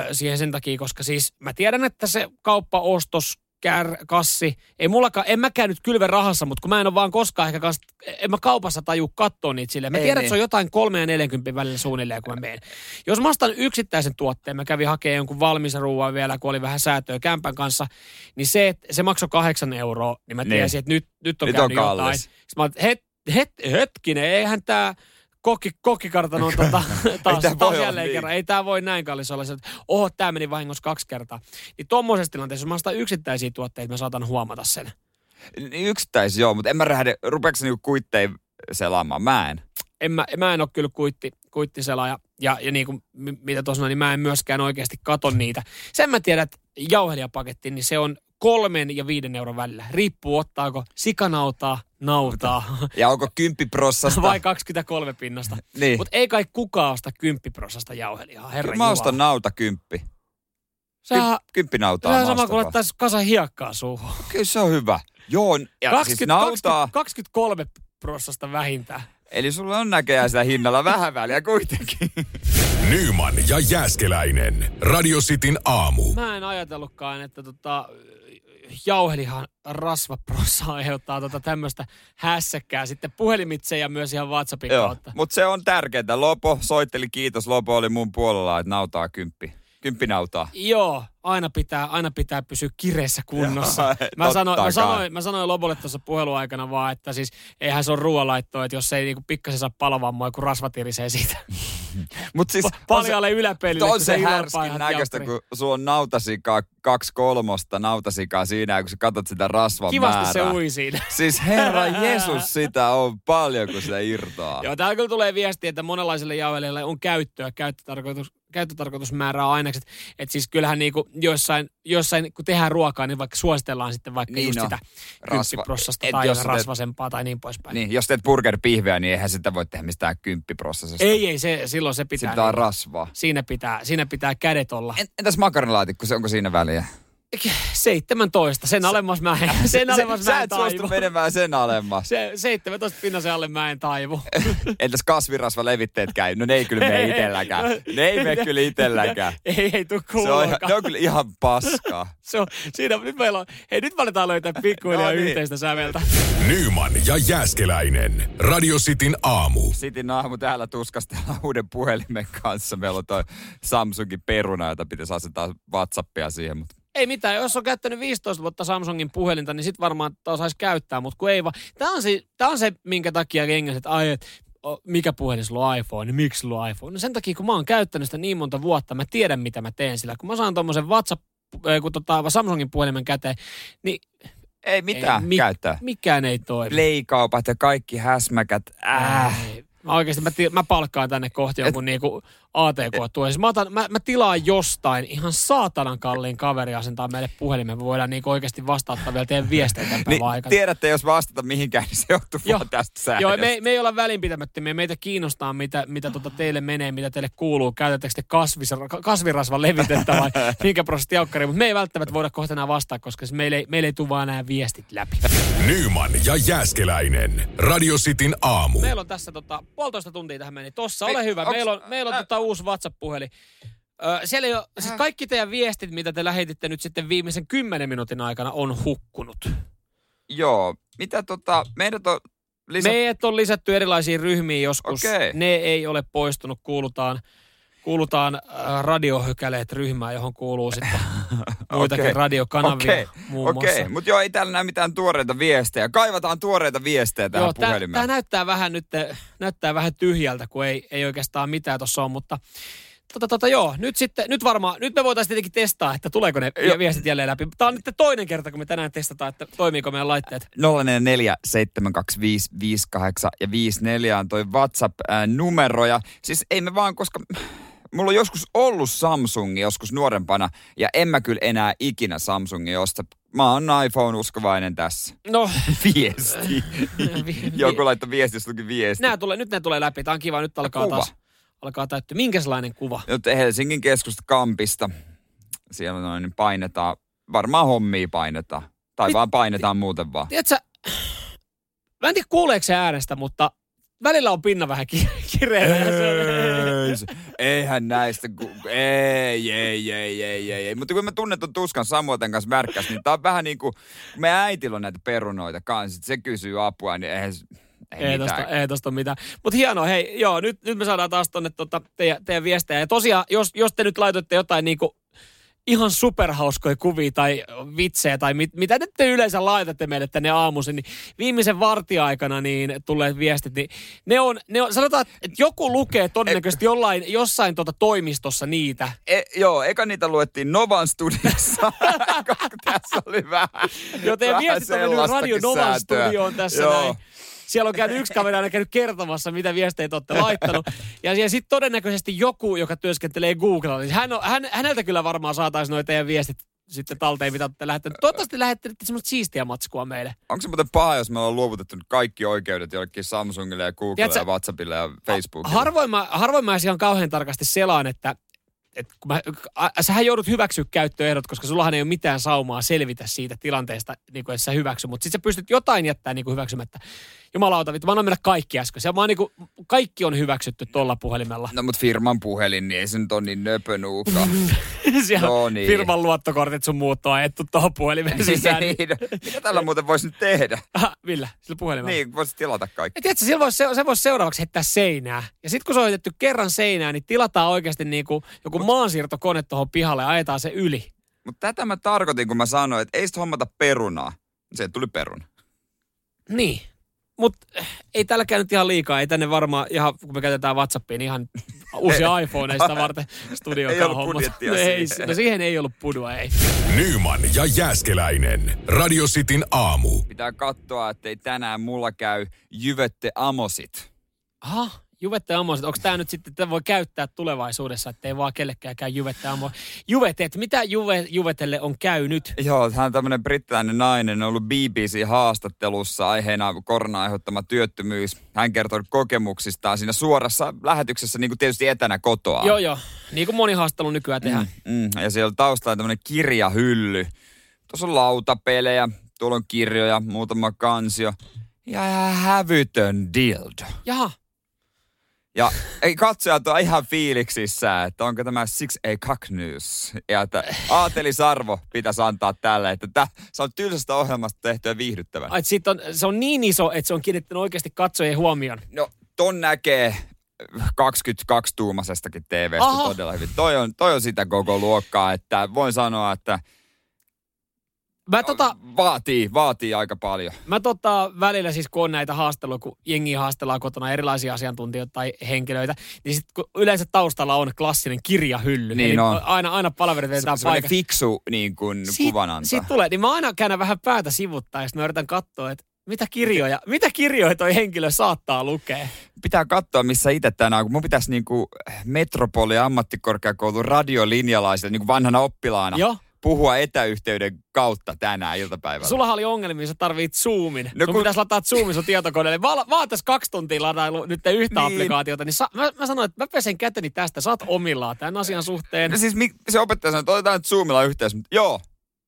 Speaker 2: ö, siihen sen takia, koska siis mä tiedän, että se kauppaostos kär, kassi. Ei mullakaan, en mäkään nyt kylve rahassa, mutta kun mä en ole vaan koskaan ehkä, kans, en mä kaupassa taju katsoa niitä silleen. Mä
Speaker 3: Ei
Speaker 2: tiedän,
Speaker 3: niin.
Speaker 2: että se on jotain 3 ja 40 välillä suunnilleen, kun mä menen. Jos mä ostan yksittäisen tuotteen, mä kävin hakemaan jonkun valmis ruoan vielä, kun oli vähän säätöä kämpän kanssa, niin se, että se maksoi kahdeksan euroa, niin mä
Speaker 3: Niin.
Speaker 2: tiesin, että nyt, nyt on
Speaker 3: Nyt on
Speaker 2: käynyt jotain.
Speaker 3: kallis.
Speaker 2: Sitten mä oon, että het, het, hetkinen, eihän tää kokki, kokkikartano on tota, taas,
Speaker 3: tää voi
Speaker 2: taas
Speaker 3: olla
Speaker 2: jälleen
Speaker 3: niin.
Speaker 2: kerran. Ei tämä voi näin kallis olla. Se, että oho, tämä meni vahingossa kaksi kertaa. Niin tuommoisessa tilanteessa, jos mä ostan yksittäisiä tuotteita, mä saatan huomata sen.
Speaker 3: Niin Yksittäis joo, mutta en mä rähde, rupeeko se niinku kuittein selaamaan? Mä en.
Speaker 2: En mä, mä en ole kyllä kuitti, kuittiselaaja. Ja, ja niin kuin, mi- mitä tuossa sanoin, niin mä en myöskään oikeasti kato niitä. Sen mä tiedän, että jauhelijapaketti, niin se on kolmen ja viiden euron välillä. Riippuu ottaako sikanautaa, nautaa
Speaker 3: Ja onko kymppiprossasta?
Speaker 2: vai 23 pinnasta.
Speaker 3: niin.
Speaker 2: Mutta ei kai kukaan osta kymppiprosasta jauhelijaa, herra
Speaker 3: Kyllä mä ostan nauta kymppi.
Speaker 2: Sehän,
Speaker 3: Ky- kymppi nautaa
Speaker 2: sehän sama kuin laittaisi kasa hiekkaa suuhun.
Speaker 3: Kyllä se on hyvä. Joo, n- ja 20, siis
Speaker 2: 20,
Speaker 3: nautaa.
Speaker 2: 20, 23 prosasta vähintään.
Speaker 3: Eli sulla on näköjään sitä hinnalla vähän väliä kuitenkin.
Speaker 1: Nyman ja Jääskeläinen. Radio Cityn aamu.
Speaker 2: Mä en ajatellutkaan, että tota, jauhelihan rasvaprossa aiheuttaa tota tämmöistä hässäkkää sitten puhelimitse ja myös ihan WhatsAppin
Speaker 3: Joo,
Speaker 2: kautta.
Speaker 3: mutta se on tärkeintä. Lopo soitteli, kiitos. Lopo oli mun puolella, että nautaa kymppi. Kymppi nautaa.
Speaker 2: Joo, aina pitää, aina pitää pysyä kireessä kunnossa.
Speaker 3: Joo,
Speaker 2: Mä
Speaker 3: totta
Speaker 2: sanoin, mä,
Speaker 3: kai.
Speaker 2: sanoin, mä sanoin Lobolle tuossa puheluaikana vaan, että siis eihän se ole ruoanlaittoa, että jos ei niinku pikkasen saa palavammoa, kun rasvat irisee siitä.
Speaker 3: Mut siis,
Speaker 2: Pa- Paljalle yläpelille.
Speaker 3: on
Speaker 2: kun
Speaker 3: se
Speaker 2: ylän
Speaker 3: härskin
Speaker 2: painat
Speaker 3: näköistä,
Speaker 2: jaukkari.
Speaker 3: kun sulla on nautasikaa kaksi kolmosta nautasikaa siinä, kun sä katot sitä rasvan
Speaker 2: Kivasti
Speaker 3: määrää.
Speaker 2: se ui siinä.
Speaker 3: Siis Herra Jeesus, sitä on paljon, kun se irtoaa.
Speaker 2: Joo, täällä kyllä tulee viesti, että monenlaisille jauhelijoille on käyttöä, käyttötarkoitus, käyttötarkoitusmäärää ainekset. Että siis kyllähän niinku joissain, joissain, kun tehdään ruokaa, niin vaikka suositellaan sitten vaikka
Speaker 3: Niin
Speaker 2: niin just
Speaker 3: no,
Speaker 2: sitä
Speaker 3: rasva-
Speaker 2: kymppiprossasta
Speaker 3: et
Speaker 2: tai
Speaker 3: jos
Speaker 2: jos
Speaker 3: sä teet-
Speaker 2: rasvasempaa tai niin poispäin.
Speaker 3: Niin, jos teet burgerpihveä, niin eihän sitä voi tehdä mistään kymppiprosessista.
Speaker 2: Ei, ei, se, silloin se
Speaker 3: Siinä
Speaker 2: pitää,
Speaker 3: pitää
Speaker 2: niin,
Speaker 3: rasvaa.
Speaker 2: siinä, pitää, siinä pitää kädet olla.
Speaker 3: En- Entäs makaronilaatikko, se onko siinä väliä?
Speaker 2: 17, sen alemmas mä en, sen alemmas
Speaker 3: sä
Speaker 2: mä
Speaker 3: et
Speaker 2: en
Speaker 3: suostu
Speaker 2: taivu.
Speaker 3: menemään sen alemmas.
Speaker 2: Se, 17 pinnasen alle mä en taivu.
Speaker 3: Entäs kasvirasvalevitteet käy? No ne ei kyllä mene itselläkään. Ne ei mene kyllä itselläkään.
Speaker 2: ei, ei tuu
Speaker 3: Se on,
Speaker 2: kuulokaan.
Speaker 3: ihan- ne on kyllä ihan paskaa.
Speaker 2: Se on, siinä, nyt meillä on, hei nyt me aletaan löytää pikkuhiljaa
Speaker 3: No niin.
Speaker 2: yhteistä säveltä.
Speaker 1: Nyman ja Jääskeläinen. Radio Cityn aamu.
Speaker 3: Sitin aamu täällä tuskastellaan uuden puhelimen kanssa. Meillä on toi Samsungin peruna, jota pitäisi asentaa Whatsappia siihen. Mutta
Speaker 2: Ei mitään, jos on käyttänyt 15 vuotta Samsungin puhelinta, niin sit varmaan tota saisi käyttää, mutta kun ei vaan. Tämä on, se, tää on se, minkä takia jengiset, että ai, et, o, mikä puhelin sulla on iPhone, niin miksi sulla on iPhone? No sen takia, kun mä oon käyttänyt sitä niin monta vuotta, mä tiedän mitä mä teen sillä. Kun mä saan tommosen WhatsApp, äh, kun tota, Samsungin puhelimen käteen, niin
Speaker 3: ei mitään
Speaker 2: Ei
Speaker 3: ei,
Speaker 2: mi-
Speaker 3: käyttää.
Speaker 2: mikään ei toimi.
Speaker 3: Leikaupat ja kaikki häsmäkät. Äh.
Speaker 2: Ei. Mä oikeasti mä, ti- mä palkkaan tänne kohti jonkun niinku ATK-tuen. Siis mä, otan, mä, mä, tilaan jostain ihan saatanan kalliin kaveri asentaa meille puhelimen. Me voidaan niinku oikeasti vastauttaa vielä teidän viestejä tämän päivän
Speaker 3: Niin,
Speaker 2: aikana.
Speaker 3: tiedätte, jos vastata mihinkään, niin se johtuu
Speaker 2: Joo.
Speaker 3: vaan tästä säädöstä.
Speaker 2: Joo, me, me ei olla välinpitämättömiä. Meitä kiinnostaa, mitä, mitä tota teille menee, mitä teille kuuluu. Käytetäänkö te kasvis, kasvirasvan levitettä vai minkä prosentti jaukkaria. Mutta me ei välttämättä voida kohta enää vastaa, koska siis meille, ei- meille ei tule vaan nämä viestit läpi.
Speaker 1: Nyman ja Jääskeläinen. Radio Cityn aamu.
Speaker 2: Meillä on tässä tota, puolitoista tuntia tähän meni. Tossa,
Speaker 3: Me-
Speaker 2: ole hyvä.
Speaker 3: Niin, onks-
Speaker 2: Meillä on, meillä on
Speaker 3: ä- Äh.
Speaker 2: tota, uusi WhatsApp-puhelin. Ö, siellä ei ole, siis kaikki teidän viestit, mitä te lähetitte nyt sitten viimeisen kymmenen minuutin aikana, on hukkunut.
Speaker 3: Niin Joo, mitä tota, meidät on lisä...
Speaker 2: Meidät on lisätty erilaisiin ryhmiin joskus.
Speaker 3: Okei.
Speaker 2: Ne ei ole poistunut. Kuulutaan, kuulutaan äh, radiohökäleet ryhmään, johon kuuluu sitten muitakin
Speaker 3: Okei.
Speaker 2: radiokanavia
Speaker 3: Okei.
Speaker 2: muun
Speaker 3: Okei,
Speaker 2: muassa.
Speaker 3: mutta joo, ei täällä näy mitään tuoreita viestejä. Kaivataan tuoreita viestejä tähän
Speaker 2: Joo, tää,
Speaker 3: puhelimeen.
Speaker 2: tää näyttää vähän nyt eh, näyttää vähän tyhjältä, kun ei, ei oikeastaan mitään tuossa on, mutta tota, tota, joo, nyt sitten, nyt varmaan, nyt me voitaisiin tietenkin testaa, että tuleeko ne
Speaker 3: Joo.
Speaker 2: viestit jälleen läpi. Tämä on nyt toinen kerta, kun me tänään testataan, että toimiiko meidän laitteet.
Speaker 3: 044 725 58 ja 54 on toi WhatsApp-numero. Ja siis ei me vaan, koska mulla on joskus ollut Samsungi joskus nuorempana ja en mä kyllä enää ikinä Samsungi osta. Mä oon iPhone-uskovainen tässä.
Speaker 2: No,
Speaker 3: Viesti.
Speaker 2: vi-
Speaker 3: Joku laittoi viesti, jos tulikin viesti.
Speaker 2: Niin, nää tulee, nyt ne tulee läpi. Tämä on kiva, nyt alkaa
Speaker 3: Kuva.
Speaker 2: taas alkaa täyttyä. Minkälainen kuva?
Speaker 3: Nyt Helsingin keskusta Kampista. Siellä noin painetaan, varmaan hommia painetaan. Tai
Speaker 2: Mit-
Speaker 3: vaan painetaan muuten vaan.
Speaker 2: Tiedätkö,
Speaker 3: Öö.
Speaker 2: mä en tiedä kuuleeko se äänestä, mutta välillä on pinna vähän ki- kireä. Ja se on-
Speaker 3: se, eihän näistä, ku, ei, ei, ei, ei, ei, ei. Mutta kun mä tunnen ton tuskan Samuelten kanssa märkässä, niin tää on vähän niin kuin, kun meidän äitillä on näitä perunoita kanssa, että se kysyy apua, niin eihän, se- ei,
Speaker 2: Ei
Speaker 3: ei mitään.
Speaker 2: tosta, ei tosta mitään. Mutta hienoa, hei, joo, nyt, nyt me saadaan taas tonne tota, teidän, teidän viestejä. Ja tosiaan, jos, jos te nyt laitoitte jotain niinku ihan superhauskoja kuvia tai vitsejä tai mit, mitä nyt te yleensä laitatte meille tänne aamuisin, niin viimeisen vartiaikana niin tulee viestit, niin ne on, ne on, sanotaan, että joku lukee todennäköisesti jollain, jossain tota toimistossa niitä.
Speaker 3: E, joo, eka niitä luettiin Novan studiossa, koska tässä oli vähän
Speaker 2: Joten
Speaker 3: vähän
Speaker 2: viestit on mennyt
Speaker 3: sellaistakin
Speaker 2: Radio Novan
Speaker 3: sääntöä.
Speaker 2: studioon tässä
Speaker 3: Joo.
Speaker 2: näin. Siellä on käynyt yksi kaveri aina käynyt kertomassa, mitä viestejä te olette laittanut. Ja siellä sitten todennäköisesti joku, joka työskentelee Googlella, niin hän on, hän, häneltä kyllä varmaan saataisiin noita teidän viestit sitten talteen, mitä olette lähettäneet. Toivottavasti lähettelitte semmoista siistiä matskua meille.
Speaker 3: Onko se muuten paha, jos me ollaan luovutettu nyt kaikki oikeudet jollekin Samsungille ja Googlelle
Speaker 2: Tiedätkö-
Speaker 3: ja WhatsAppille ja Facebookille?
Speaker 2: Harvoin mä, harvoin mä ihan kauhean tarkasti selaan, että et kun mä, a, sähän joudut hyväksyä käyttöehdot, koska sullahan ei ole mitään saumaa selvitä siitä tilanteesta, niin kuin sä hyväksy, mutta sit sä pystyt jotain jättämään niin kuin hyväksymättä. Jumalauta, vittu, mä annan mennä kaikki äsken. Mä oon, niin kuin, kaikki on hyväksytty tuolla puhelimella.
Speaker 3: No mut firman puhelin, niin ei se nyt ole niin nöpönuuka.
Speaker 2: Siellä
Speaker 3: No niin.
Speaker 2: firman luottokortit sun muut on ajettu tuohon puhelimeen sisään. niin,
Speaker 3: Niin, no, Mitä tällä muuten voisi nyt tehdä?
Speaker 2: Aha, millä? Sillä puhelimella.
Speaker 3: Niin, voisi tilata kaikki.
Speaker 2: Ja tiedätkö, sillä voisi, se voisi seuraavaksi heittää seinää. Ja sitten kun se on heitetty kerran seinään, niin tilataan oikeasti niin kuin joku maansiirtokone tuohon pihalle ja ajetaan se yli.
Speaker 3: Mutta tätä mä tarkoitin, kun mä sanoin, että ei sit hommata perunaa. Se tuli peruna.
Speaker 2: Niin. Mutta ei tälläkään nyt ihan liikaa. Ei tänne varmaan ihan, kun me käytetään Whatsappia, niin ihan uusia iPhoneista varten studioon
Speaker 3: Ei ollut budjettia
Speaker 2: ei,
Speaker 3: siihen.
Speaker 2: no siihen ei ollut pudua, ei.
Speaker 1: Nyman ja Jääskeläinen. Radio Cityn aamu.
Speaker 3: Pitää katsoa, ettei tänään mulla käy jyvötte amosit.
Speaker 2: Aha, Juvette Amoiset. Onko tämä nyt sitten, tätä voi käyttää tulevaisuudessa, ettei vaan kellekään käy Juvette Amo. Juvete, että mitä juve, Juvetelle on käynyt?
Speaker 3: Joo, hän on tämmöinen brittiläinen nainen, on ollut BBC-haastattelussa aiheena korona aiheuttama työttömyys. Hän kertoi kokemuksistaan siinä suorassa lähetyksessä, niin kuin tietysti etänä kotoa.
Speaker 2: Joo, joo. Niin kuin moni haastattelu nykyään tehdään.
Speaker 3: Mm, ja siellä on taustalla tämmöinen kirjahylly. Tuossa on lautapelejä, tuolla on kirjoja, muutama kansio. Ja ihan hävytön dildo.
Speaker 2: Jaha,
Speaker 3: Ja ei katsojat on ihan fiiliksissä, että onko tämä six a cock news. Ja että aatelisarvo pitäisi antaa tälle, että tämä, se on tylsästä ohjelmasta tehtyä viihdyttävän.
Speaker 2: Ai, et sit on, se on niin iso, että se on kiinnittänyt oikeasti katsojien huomioon.
Speaker 3: No, ton näkee 22-tuumaisestakin TV-stä
Speaker 2: Aha.
Speaker 3: todella hyvin. Toi on, toi on sitä koko luokkaa, että voin sanoa, että
Speaker 2: Mä, tota,
Speaker 3: vaatii, vaatii aika paljon.
Speaker 2: mä tota, välillä siis kun on näitä haasteluja, kun jengi haastellaan kotona erilaisia asiantuntijoita tai henkilöitä, niin sitten kun yleensä taustalla on klassinen kirjahylly,
Speaker 3: Niin
Speaker 2: eli
Speaker 3: on.
Speaker 2: aina, aina palaverit
Speaker 3: Se,
Speaker 2: vedetään
Speaker 3: semmoinen
Speaker 2: paikasta.
Speaker 3: fiksu niin kuin kuvananta.
Speaker 2: Siitä tulee, niin mä aina käännän vähän päätä sivuttaa ja sit mä yritän katsoa, että mitä kirjoja, mitä kirjoja toi henkilö saattaa lukea.
Speaker 3: Pitää katsoa, missä itse tänään, kun mun pitäisi niin kuin Metropoli ammattikorkeakoulun radiolinjalaisille niin kuin vanhana oppilaana
Speaker 2: Joo.
Speaker 3: puhua etäyhteyden kautta tänään iltapäivällä.
Speaker 2: Sulla oli ongelmia, sä tarvit Zoomin. No,
Speaker 3: No
Speaker 2: sun kun...
Speaker 3: kun-
Speaker 2: pitäisi lataa Zoomin sun tietokoneelle. Mä, mä oon tässä kaksi tuntia ladailu nyt yhtä niin.
Speaker 3: Niin.
Speaker 2: applikaatiota, niin sa, mä, mä sanoin, että mä pesen käteni tästä, sä oot omillaan tämän asian suhteen.
Speaker 3: No siis mi- se opettaja sanoi, että otetaan nyt Zoomilla yhteys. Mutta Joo.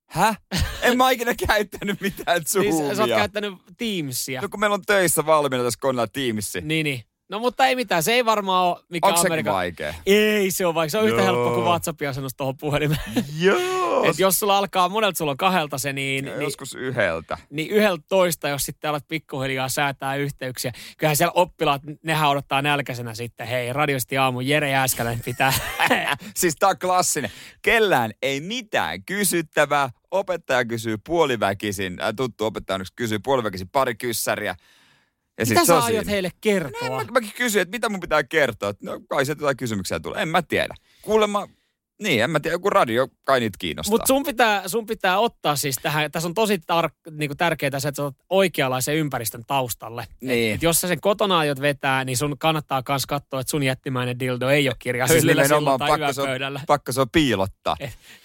Speaker 3: Häh? En mä ikinä käyttänyt mitään
Speaker 2: Siis sä oot
Speaker 3: Zoomia.
Speaker 2: käyttänyt Teamsia.
Speaker 3: no kun meillä on töissä valmiina tässä koneella Teamsi.
Speaker 2: Niin, niin. No mutta ei mitään, se ei varmaan ole mikä
Speaker 3: Onko se
Speaker 2: Amerikan...
Speaker 3: vaikea?
Speaker 2: Ei se on vaikka, se on yhtä
Speaker 3: Joo.
Speaker 2: helppo kuin WhatsApp-asennus tuohon puhelimeen.
Speaker 3: Joo.
Speaker 2: Et jos sulla alkaa, monelta sulla on kahdelta se, niin, niin
Speaker 3: Joskus yhdeltä.
Speaker 2: niin toista, jos sitten alat pikkuhiljaa säätää yhteyksiä. Kyllähän siellä oppilaat, nehän odottaa nälkäisenä sitten, hei, radiosti aamu, Jere Jääskäläinen pitää.
Speaker 3: Siis tää on klassinen. Kellään ei mitään kysyttävää. Opettaja kysyy puoliväkisin, äh, tuttu opettaja onneksi kysyy puoliväkisin pari kyssäriä. Ja
Speaker 2: Mitä
Speaker 3: se on
Speaker 2: sä aiot
Speaker 3: siinä.
Speaker 2: heille
Speaker 3: No En
Speaker 2: kertoa?
Speaker 3: Mä, mäkin kysyin, että mitä mun pitää kertoa. että No kai sieltä jotain kysymyksiä tulee. En mä tiedä. Kuulemma, niin en mä tiedä, joku radio kai niitä kiinnostaa.
Speaker 2: Mutta sun pitää, sun pitää ottaa siis tähän, tässä on tosi tar- niinku tärkeää se, että sä otat oikeanlaisen ympäristön taustalle.
Speaker 3: niin.
Speaker 2: Et jos sä sen kotona aiot vetää, niin sun kannattaa myös katsoa, että sun jättimäinen dildo ei ole kirja
Speaker 3: Siis
Speaker 2: hyllyllä silloin
Speaker 3: nimenomaan
Speaker 2: tai
Speaker 3: pakko se, on,
Speaker 2: yöpöydällä. Eh.
Speaker 3: pakko se on piilottaa.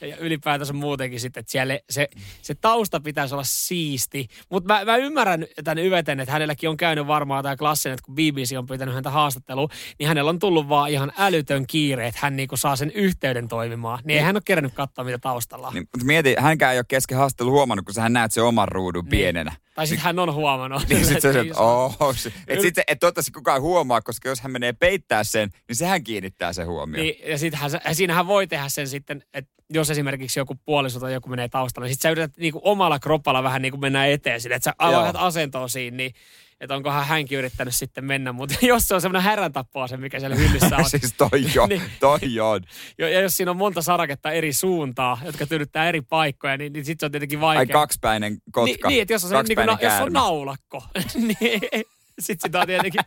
Speaker 2: ja ylipäätänsä muutenkin sitten, että siellä se, se tausta pitäisi olla siisti. Mutta mä, mä, ymmärrän tämän Yveten, että hänelläkin on käynyt varmaan tämä klassinen, että kun BBC on pyytänyt häntä haastatteluun, niin hänellä on tullut vaan ihan älytön kiire, että hän niinku saa sen yhteyden toimimaan, niin ei hän ole kerännyt katsoa, mitä taustalla on.
Speaker 3: Niin, mutta mieti, hänkään ei ole kesken haastattelun huomannut, kun hän näet sen oman ruudun niin. pienenä.
Speaker 2: Tai sitten hän on huomannut.
Speaker 3: Niin sit sä
Speaker 2: Että
Speaker 3: sanot,
Speaker 2: ei saa.
Speaker 3: oh, se- et sit se, et toivottavasti kukaan huomaa, koska jos hän menee peittää sen, niin sehän kiinnittää sen huomioon. Niin.
Speaker 2: Niin, ja sitähän, sä- ja siinähän voi tehdä sen sitten, että jos esimerkiksi joku puoliso tai joku menee taustalla, niin sit sä yrität niinku omalla kropalla vähän niinku mennä eteen sille, että sä aloitat
Speaker 3: Joo.
Speaker 2: asentoa siinä, niin että onkohan hänkin yrittänyt sitten mennä, mutta jos se on semmoinen häräntappaa se, mikä siellä hyllyssä on,
Speaker 3: siis toi joo,
Speaker 2: Niin.
Speaker 3: toi on.
Speaker 2: jo- ja jos siinä on monta saraketta eri suuntaa, jotka tyydyttää eri paikkoja, niin, niin sitten se on tietenkin
Speaker 3: Ai
Speaker 2: vaikea.
Speaker 3: kaksipäinen
Speaker 2: Niin,
Speaker 3: kotka.
Speaker 2: niin, että jos on, semmoinen niinku,
Speaker 3: Kaksipäinen
Speaker 2: na- jos on
Speaker 3: käärme.
Speaker 2: naulakko, niin sitten sitä on tietenkin,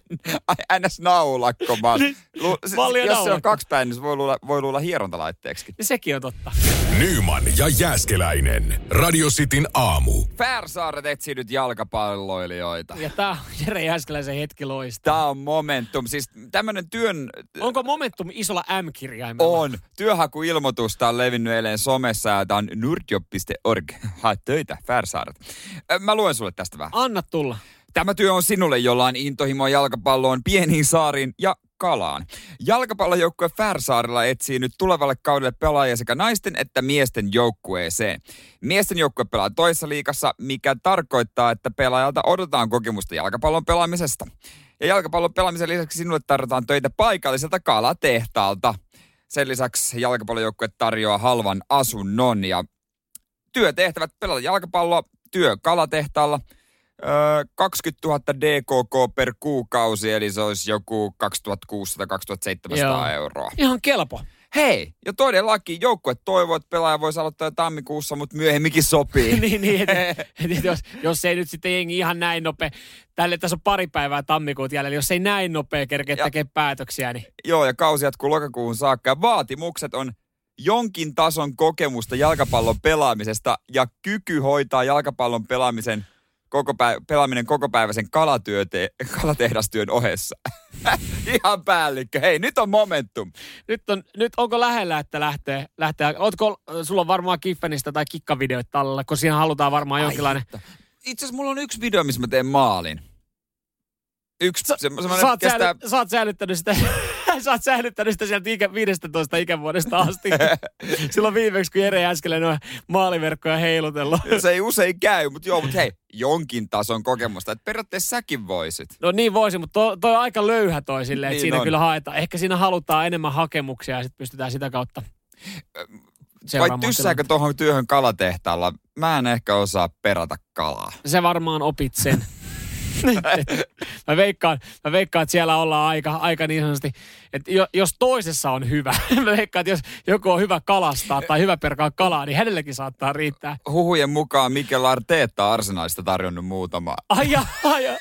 Speaker 3: Ai ns. naulakko vaan.
Speaker 2: Niin.
Speaker 3: Lu, se,
Speaker 2: Malli on
Speaker 3: jos se on
Speaker 2: naulakko.
Speaker 3: kaksipäinen, niin se voi luulla, voi luulla hierontalaitteeksi.
Speaker 2: niin sekin on totta.
Speaker 1: Nyman ja Jääskeläinen. Radio Cityn aamu.
Speaker 3: Färsaaret etsii nyt jalkapalloilijoita.
Speaker 2: Ja tämä on Jere Jääskeläisen hetki loista.
Speaker 3: Tämä on momentum. Siis tämmöinen työn...
Speaker 2: Onko Momentum isolla M-kirjaimella?
Speaker 3: On. Työhakuilmoitusta on levinnyt eilen somessa ja tämä on nordjob.org. Hae töitä, Färsaaret. Ö, Mä luen sulle tästä vähän.
Speaker 2: Anna tulla.
Speaker 3: Tämä työ on sinulle, jolla on intohimo jalkapalloon, pieniin saariin ja kalaan. Jalkapallojoukkue Färsaarilla etsii nyt tulevalle kaudelle pelaajia sekä naisten että miesten joukkueeseen. Miesten joukkue pelaa toisessa liikassa, mikä tarkoittaa, että pelaajalta odotetaan kokemusta jalkapallon pelaamisesta. Ja jalkapallon pelaamisen lisäksi sinulle tarjotaan töitä paikalliselta kalatehtaalta. Sen lisäksi jalkapallojoukkue tarjoaa halvan asunnon ja työtehtävät pelata jalkapalloa työ kalatehtaalla. Öö, 20 000 DKK per kuukausi, eli se olisi joku 2600-2700
Speaker 2: Joo.
Speaker 3: euroa.
Speaker 2: Ihan kelpo.
Speaker 3: Hei, ja todellakin joukkue toivoo, että pelaaja voisi aloittaa jo tammikuussa, mutta myöhemminkin sopii.
Speaker 2: niin, niin, et, et, et, jos, jos ei nyt sitten jengi ihan näin nopea, tälle tässä on pari päivää tammikuuta jäljellä, jos ei näin nopea kerkeä
Speaker 3: Ja-
Speaker 2: tekemään päätöksiä, niin
Speaker 3: Joo, ja kausi jatkuu lokakuuhun saakka. Ja vaatimukset on jonkin tason kokemusta jalkapallon pelaamisesta ja kyky hoitaa jalkapallon pelaamisen koko pä- pelaaminen kokopäiväisen kalatyöte- kalatehdastyön ohessa. Ihan päällikkö. Hei, nyt on momentum.
Speaker 2: nyt, on, nyt onko lähellä, että lähtee, lähtee ootko, sulla on varmaan Kiffenistä tai kikkavideoita tallella, kun siinä halutaan varmaan jonkinlainen,
Speaker 3: Ai, että. Itse asiassa mulla on yksi video, missä mä teen maalin. Yksi se, semmoinen
Speaker 2: sä oot,
Speaker 3: kestää...
Speaker 2: säily, sä oot säilyttänyt sitä, sä oot säilyttänyt sitä sieltä ikä, 15 ikävuodesta asti, silloin viimeksi, kun Jere äsken noin maaliverkkoja heilutellut.
Speaker 3: Se ei usein käy, mutta joo, mutta hei, jonkin tason kokemusta. Että periaatteessa säkin voisit.
Speaker 2: No niin voisi, mutta toi, toi on aika löyhä toi silleen, että
Speaker 3: Niin
Speaker 2: siinä
Speaker 3: on.
Speaker 2: kyllä haetaan. Ehkä siinä halutaan enemmän hakemuksia ja sitten pystytään sitä kautta
Speaker 3: Vai
Speaker 2: seuraamaan.
Speaker 3: tyssääkö tuohon työhön kalatehtaalla? Mä en ehkä osaa perata kalaa.
Speaker 2: tilannetta. Se varmaan opit sen. mä, veikkaan, mä veikkaan, että siellä ollaan aika, aika niin sanotusti, että jo, jos toisessa on hyvä, mä veikkaan, että jos joku on hyvä kalastaa tai hyvä perkaa kalaa, niin hänelläkin saattaa riittää.
Speaker 3: Huhujen mukaan Mikel Arteetta on Arsenalista tarjonnut muutama.
Speaker 2: Ai, ja, ai, ja.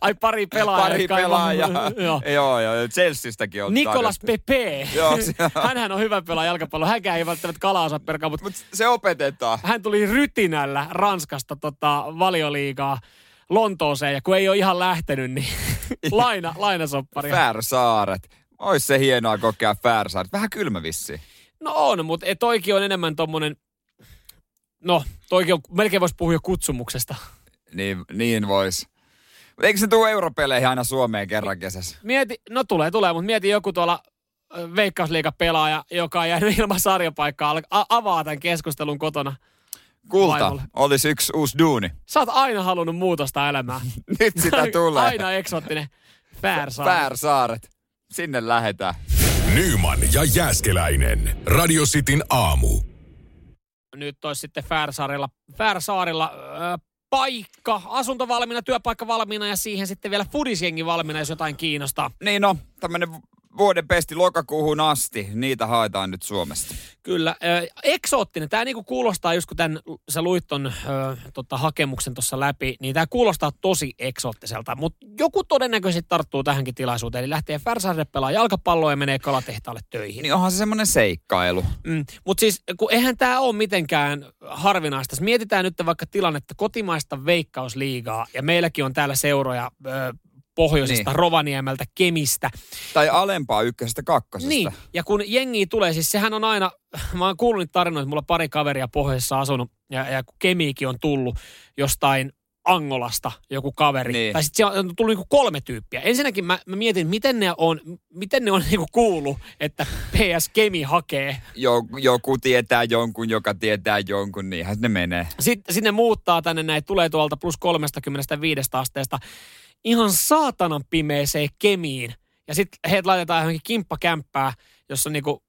Speaker 2: ai pari pelaajaa.
Speaker 3: Pari
Speaker 2: jotka ei vaan-
Speaker 3: pelaajaa.
Speaker 2: Joo.
Speaker 3: joo, joo. Chelseastäkin on
Speaker 2: Nikolas
Speaker 3: tarjottu.
Speaker 2: Pepe.
Speaker 3: Joo, se-
Speaker 2: Hänhän on hyvä pelaaja jalkapalloa. Hänkään ei välttämättä kalaa osaa perkaa, mutta
Speaker 3: Mut se opetetaan.
Speaker 2: hän tuli rytinällä Ranskasta tota, valioliigaa Lontooseen, ja kun ei ole ihan lähtenyt, niin laina, lainasoppari.
Speaker 3: Färsaaret. Ois se hienoa kokea Färsaaret. Vähän kylmä vissi.
Speaker 2: No on, mutta et toikin on enemmän tommonen, no toikin on, melkein voisi puhua jo kutsumuksesta.
Speaker 3: Niin, niin vois. Mut Eikö se tule europeleihin aina Suomeen kerran kesässä?
Speaker 2: Mieti, no tulee, tulee, mutta mieti joku tuolla ö, veikkausliigapelaaja, joka on jäänyt ilman sarjapaikkaa, al- a- avaa tämän keskustelun kotona.
Speaker 3: Kulta
Speaker 2: Vaimolle.
Speaker 3: olisi yksi uusi duuni.
Speaker 2: Sä oot aina halunnut muutosta elämään.
Speaker 3: Nyt sitä tulee.
Speaker 2: Aina eksoottinen. Färsaa.
Speaker 3: Färsaaret. Sinne lähetään.
Speaker 1: Nyman ja Jääskeläinen. Radio Cityn aamu.
Speaker 2: nyt olisi sitten Färsaarilla, Färsaarilla äh, paikka, asunto valmiina, työpaikka valmiina ja siihen sitten vielä fudisjengi valmiina, jos jotain kiinnostaa.
Speaker 3: Niin no, tämmönen vuoden pesti lokakuuhun asti. Niitä haetaan nyt Suomesta.
Speaker 2: Kyllä, äh, eksoottinen. Tämä niinku kuulostaa, just kun tämän, sä luit ton, äh, tota, hakemuksen tuossa läpi, niin tämä kuulostaa tosi eksoottiselta, mutta joku todennäköisesti tarttuu tähänkin tilaisuuteen. Eli lähtee Färsaarille pelaa jalkapalloa ja menee kalatehtaalle töihin.
Speaker 3: Niin onhan se semmonen seikkailu.
Speaker 2: Mm, mutta siis, kun eihän tämä ole mitenkään harvinaista. Jos Mietitään nyt vaikka tilannetta kotimaista veikkausliigaa, ja meilläkin on täällä seuroja ö, pohjoisesta,
Speaker 3: Niin.
Speaker 2: niin. Rovaniemeltä, Kemistä.
Speaker 3: Tai alempaa ykkösestä kakkosesta.
Speaker 2: Niin, ja kun jengi tulee, siis sehän on aina, mä oon kuullut niitä tarinoita, mulla on pari kaveria pohjoisessa asunut, ja, ja kun Kemiikin on tullut jostain Angolasta joku kaveri.
Speaker 3: Niin.
Speaker 2: Niin. Tai sitten siellä on tullut niinku kolme tyyppiä. Ensinnäkin mä, mä mietin, miten ne on, miten ne on niinku kuullut, että PS Kemi hakee
Speaker 3: Joku, joku tietää jonkun, joka tietää jonkun, niinhän ne menee.
Speaker 2: Sitten sinne muuttaa tänne näin, tulee tuolta plus 35 asteesta ihan saatanan pimeeseen kemiin. Ja sitten heidät laitetaan johonkin kimppakämppää, jossa on niinku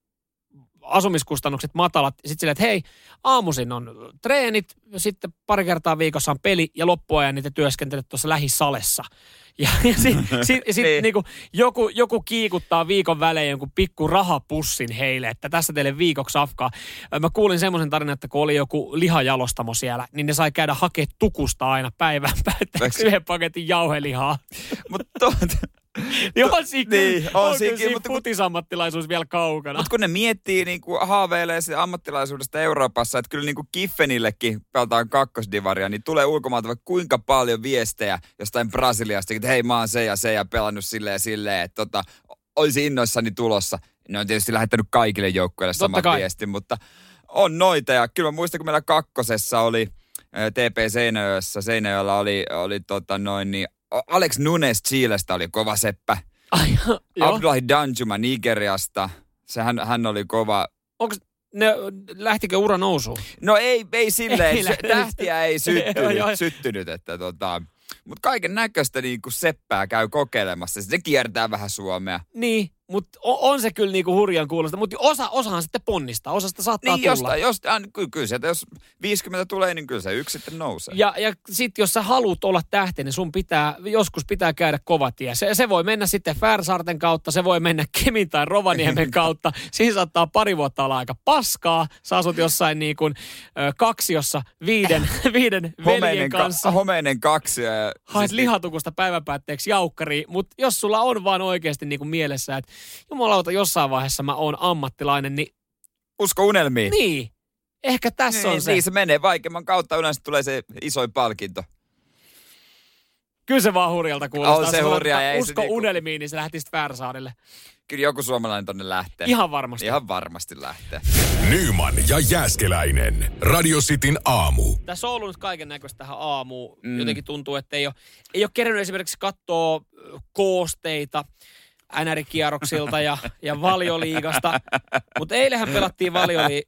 Speaker 2: asumiskustannukset matalat. Sitten silleen, että hei, aamuisin on treenit, sitten pari kertaa viikossa on peli ja loppuajan niitä työskentelet tuossa lähisalessa. Ja, ja sitten sit, sit,
Speaker 3: Niin.
Speaker 2: niinku, joku, joku kiikuttaa viikon välein jonkun pikku rahapussin heille, että tässä teille viikoksi afkaa. Ö, Mä kuulin semmoisen tarinan, että kun oli joku lihajalostamo siellä, niin ne sai käydä hakea tukusta aina päivän päätteeksi
Speaker 3: Väks-
Speaker 2: yhden paketin jauhelihaa.
Speaker 3: Mutta
Speaker 2: Niin on siinä,
Speaker 3: Niin,
Speaker 2: niin,
Speaker 3: on
Speaker 2: on,
Speaker 3: siinä
Speaker 2: on kyllä
Speaker 3: kyllä,
Speaker 2: siinä
Speaker 3: mutta kun-
Speaker 2: futisammattilaisuus vielä kaukana.
Speaker 3: Mut kun ne miettii niin kuin haaveilee siitä ammattilaisuudesta Euroopassa, että kyllä niin kuin Kiffenillekin pelataan kakkosdivaria, niin tulee ulkomailta vaikka kuinka paljon viestejä jostain Brasiliasta, että hei mä oon se ja se ja pelannut silleen ja silleen, että tota, olisi innoissani tulossa. Ne on tietysti lähettänyt kaikille joukkueille saman
Speaker 2: kai.
Speaker 3: viestin, mutta on noita. Ja kyllä mä muistan, kun meillä kakkosessa oli ö, TP Seinäjössä, Seinäjöllä oli, oli tota noin niin, Alex Nunes Chilestä oli kova seppä.
Speaker 2: Ai, joo.
Speaker 3: Abdullahi Danjuma Nigeriasta. Sehän hän oli kova.
Speaker 2: Onko ne, lähtikö ura nousuun?
Speaker 3: No ei, ei silleen,
Speaker 2: Ei
Speaker 3: ei
Speaker 2: lähtenyt.
Speaker 3: tähtiä ei
Speaker 2: Joo,
Speaker 3: syttynyt,
Speaker 2: joo.
Speaker 3: syttynyt että tota, mutta kaiken näköistä niin kuin seppää käy kokeilemassa. Se kiertää vähän Suomea.
Speaker 2: Niin, mutta on se kyllä niinku hurjan kuulosta. Mutta osa, osahan sitten ponnistaa, osasta saattaa
Speaker 3: Niin
Speaker 2: tulla.
Speaker 3: jostain, jostain, kyllä, kyllä sieltä, jos 50 tulee, niin kyllä se yksi sitten nousee.
Speaker 2: Ja, ja sitten jos sä haluat olla tähti, niin sun pitää, joskus pitää käydä kova tie. Se, se voi mennä sitten Färsaarten kautta, se voi mennä Kemin tai Rovaniemen kautta. Siinä saattaa pari vuotta olla aika paskaa. Sä asut jossain niin kuin, ö, kaksiossa viiden, viiden veljen
Speaker 3: homeinen,
Speaker 2: kanssa.
Speaker 3: ka- homeinen kaksi. Ja, siis
Speaker 2: Haet lihatukusta päivän päätteeksi jaukkari, mutta jos sulla on vaan oikeasti niin kuin mielessä, että jumalauta jossain vaiheessa mä oon ammattilainen, niin,
Speaker 3: usko unelmiin.
Speaker 2: niin ehkä tässä
Speaker 3: niin,
Speaker 2: on se.
Speaker 3: niin, se menee vaikeamman kautta. Yleensä tulee se isoin palkinto.
Speaker 2: Kyllä se vaan hurjalta kuulostaa.
Speaker 3: On se
Speaker 2: Sulla
Speaker 3: hurjaa,
Speaker 2: on
Speaker 3: ei se
Speaker 2: Usko
Speaker 3: niinku-
Speaker 2: unelmiin, niin se lähti sitten Färsaarille.
Speaker 3: Kyllä joku suomalainen tonne lähtee.
Speaker 2: Ihan varmasti.
Speaker 3: Ihan varmasti lähtee.
Speaker 1: Nyman ja Jääskeläinen. Radio Cityn aamu.
Speaker 2: Tässä on ollut nyt kaiken näköistä tähän aamuun. Mm. Jotenkin tuntuu, että ei ole, ei ole kerännyt esimerkiksi katsoa ö, koosteita NR-kierroksilta ja, ja valioliigasta. Mutta eilähän pelattiin valioli...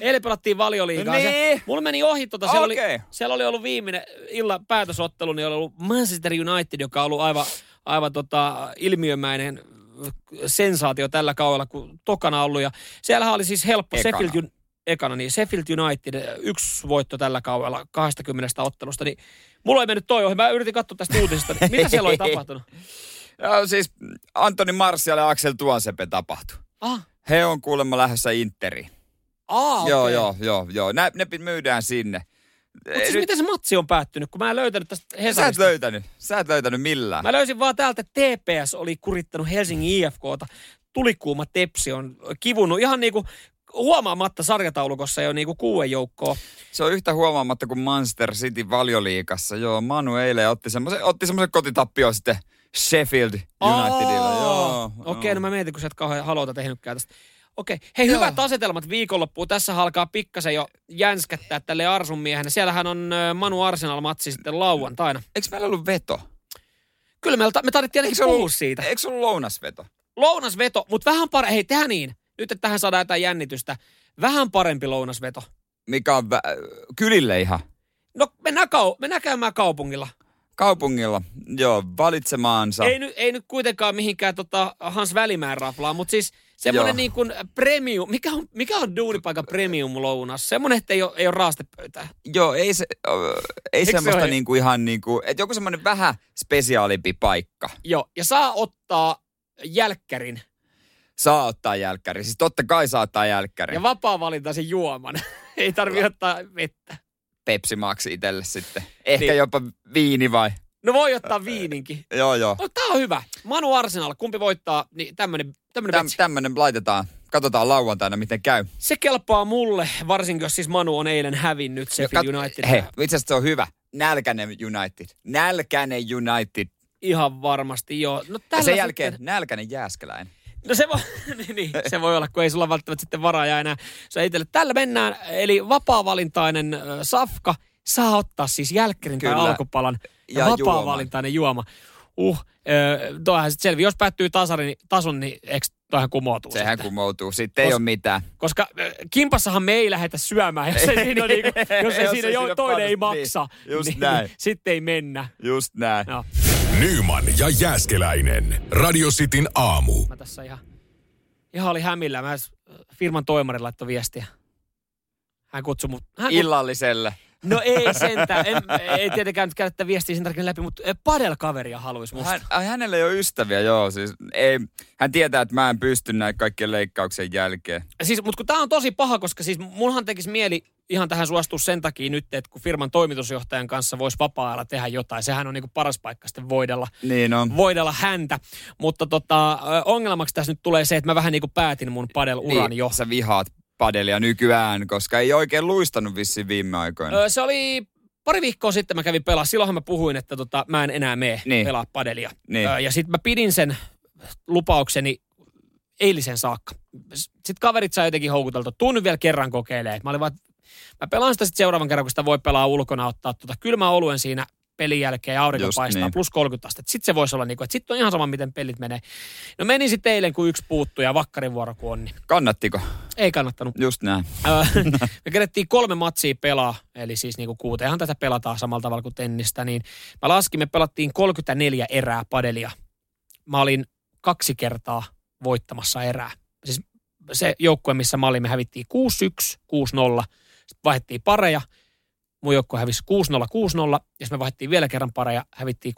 Speaker 2: Eilen pelattiin valioliigaa.
Speaker 3: Niin.
Speaker 2: Se, mulla meni ohi tota, siellä,
Speaker 3: Okei.
Speaker 2: oli, siellä oli ollut viimeinen illan päätösottelu, niin oli ollut Manchester United, joka on ollut aivan, aivan tota, ilmiömäinen sensaatio tällä kaudella, kun tokana ollut. Ja siellähän oli siis helppo
Speaker 3: Ekana.
Speaker 2: Sheffield, Un- ekana, niin Sheffield United, yksi voitto tällä kaudella 20 ottelusta, niin mulla ei mennyt toi ohi. Mä yritin katsoa tästä uutisesta. niin Mitä siellä oli tapahtunut?
Speaker 3: Ja siis Antoni Marsial ja Axel Tuonsepe tapahtui.
Speaker 2: Ah,
Speaker 3: He on kuulemma lähdössä Interiin.
Speaker 2: ah okay.
Speaker 3: Okay. Joo, joo, joo, joo. Nä, ne pit- myydään sinne.
Speaker 2: Mutta
Speaker 3: Ei,
Speaker 2: siis
Speaker 3: nyt-
Speaker 2: miten se matsi on päättynyt, kun mä en löytänyt tästä
Speaker 3: Sä et
Speaker 2: Hesarista?
Speaker 3: löytänyt. Sä et löytänyt millään.
Speaker 2: Mä löysin vaan täältä, että TPS oli kurittanut Helsingin IFKta. Tulikuuma Tepsi on kivunut ihan niinku huomaamatta sarjataulukossa jo niinku kuuden joukkoa.
Speaker 3: Se on yhtä huomaamatta kuin Manchester City valioliikassa. Joo, Manu eilen otti semmoisen, otti semmoisen kotitappion sitten Sheffield Unitedilla. Joo,
Speaker 2: Okei,
Speaker 3: joo.
Speaker 2: no mä mietin, kun sä et kauhean halota tehnytkään tästä. Okei, hei hyvät asetelmat viikonloppuun. Tässä alkaa pikkasen jo jänskättää tälle Arsun miehelle. Siellähän on ö, Manu Arsenal-matsi sitten lauantaina.
Speaker 3: Eikö meillä ollut veto?
Speaker 2: Kyllä me, me tarvittiin ainakin puhua siitä.
Speaker 3: Eikö se ollut lounasveto?
Speaker 2: Lounasveto, mutta vähän parempi. Hei, tehdään niin. Nyt, että tähän saadaan jotain jännitystä. Vähän parempi lounasveto.
Speaker 3: Mikä on vä- kylille ihan.
Speaker 2: No mennään, kau- mennään käymään kaupungilla.
Speaker 3: Kaupungilla, joo, valitsemaansa.
Speaker 2: Ei, nyt, ei nyt kuitenkaan mihinkään tota Hans Välimäen raflaan, mutta siis semmoinen
Speaker 3: Joo.
Speaker 2: niin kuin premium, mikä on, mikä on duunipaikan premium lounas? Semmoinen, että ei ole, ei ole raastepöytää.
Speaker 3: Joo, ei, se, ö, ei
Speaker 2: se
Speaker 3: semmoista
Speaker 2: ole?
Speaker 3: niinku ihan niinku, että joku semmoinen vähän spesiaalimpi paikka.
Speaker 2: Joo, ja saa ottaa jälkkärin
Speaker 3: Saa ottaa jälkkäri. Siis totta kai saa ottaa jälkkäri.
Speaker 2: ja vapaa valinta sen juoman. ei tarvi ottaa vettä.
Speaker 3: Pepsi Max itselle sitten. Ehkä
Speaker 2: Niin.
Speaker 3: jopa viini vai?
Speaker 2: No voi ottaa viininkin.
Speaker 3: Joo, joo.
Speaker 2: No tää on hyvä. Manu Arsenal, kumpi voittaa, niin tämmönen, tämmönen
Speaker 3: Täm,
Speaker 2: Täm,
Speaker 3: tämmönen laitetaan. Katsotaan lauantaina, miten käy.
Speaker 2: Se kelpaa mulle, varsinkin jos siis Manu on eilen hävinnyt Sheffield
Speaker 3: Kat-
Speaker 2: United.
Speaker 3: Hei, itse asiassa se on hyvä. Nälkäinen United. Nälkäinen United.
Speaker 2: Ihan varmasti, joo. No,
Speaker 3: Ja
Speaker 2: tällä
Speaker 3: sen jälkeen
Speaker 2: sitten-
Speaker 3: nälkäinen jääskeläinen.
Speaker 2: No se voi, niin, niin, se voi olla, kun ei sulla välttämättä sitten varaa jää enää. Se itselle. Tällä mennään, eli vapaa-valintainen äh, safka saa ottaa siis jälkkärin tai
Speaker 3: Kyllä.
Speaker 2: alkupalan ja,
Speaker 3: Ja
Speaker 2: vapaa
Speaker 3: juoman.
Speaker 2: valintainen juoma. Uh, öö, toihan sit selvi. Jos päättyy tasari, niin, tason, niin eikö toihan kumoutuu
Speaker 3: Sehän
Speaker 2: sitten?
Speaker 3: kumoutuu. Sitten ei
Speaker 2: Kos-
Speaker 3: ole mitään.
Speaker 2: Koska ö, kimpassahan me ei lähdetä syömään, jos ei siinä, niinku, jos ei siinä jo, toinen ei
Speaker 3: panosta, niin.
Speaker 2: maksa.
Speaker 3: Just näin.
Speaker 2: Sitten ei mennä.
Speaker 3: Just näin.
Speaker 2: No,
Speaker 1: Nyman ja Jääskeläinen. Radio Cityn aamu.
Speaker 2: mä tässä ihan, ihan oli hämillä. Mä s- firman toimari laittoi viestiä. Hän kutsui mut. Hän kut-
Speaker 3: Illalliselle.
Speaker 2: No ei sentään. En, ei tietenkään nyt käydä tätä viestiä sen tarkemmin läpi, mutta ö, padelkaveria haluaisi musta.
Speaker 3: Hän, ai, hänellä ei ole ystäviä, joo. Siis ei, hän tietää, että mä en pysty näin kaikkien leikkauksien jälkeen.
Speaker 2: Siis, mutta kun tämä on tosi paha, koska siis munhan tekisi mieli ihan tähän suostua sen takia nyt, että kun firman toimitusjohtajan kanssa voisi vapaa-ajalla tehdä jotain. Sehän on niinku paras paikka sitten voidella,
Speaker 3: Niin on.
Speaker 2: voidella häntä. Mutta tota, ö, ongelmaksi tässä nyt tulee se, että mä vähän niinku päätin mun padel-uran
Speaker 3: niin,
Speaker 2: jo.
Speaker 3: Sä vihaat padelia nykyään, koska ei oikein luistanut vissiin viime aikoina.
Speaker 2: Ö, Se oli pari viikkoa sitten mä kävin pelaa. Silloinhan mä puhuin, että tota, mä en enää mene niin.
Speaker 3: Niin.
Speaker 2: pelaa padelia.
Speaker 3: Niin.
Speaker 2: Ö, Ja sitten mä pidin sen lupaukseni eilisen saakka. Sitten kaverit sai jotenkin houkuteltu. Tuu nyt vielä kerran kokeilemaan. Mä olin vaan, että mä pelaan sitä sitten seuraavan kerran, kun sitä voi pelaa ulkona, ottaa tuota kylmä oluen siinä pelin jälkeen ja aurinko
Speaker 3: Just
Speaker 2: paistaa,
Speaker 3: niin.
Speaker 2: plus 30 astetta. Sitten se voisi olla niin kuin, että sitten on ihan sama, miten pelit menee. No menin sitten eilen, kun yksi puuttu ja vakkarin vuoro kun on, niin
Speaker 3: Kannattiko?
Speaker 2: ei kannattanut.
Speaker 3: Just näin.
Speaker 2: Öö, me kerättiin kolme matsia pelaa, eli siis niinku kuuteenhan tätä pelataan samalla tavalla kuin tennistä, niin mä laskin, me pelattiin 34 erää padelia. Mä olin kaksi kertaa voittamassa erää. Siis se joukkue, missä mä olin, me hävittiin 6-1, 6-0, sitten vaihdettiin pareja, mun joukkue hävisi 6-0, 6-0, ja sitten me vaihdettiin vielä kerran pareja, hävittiin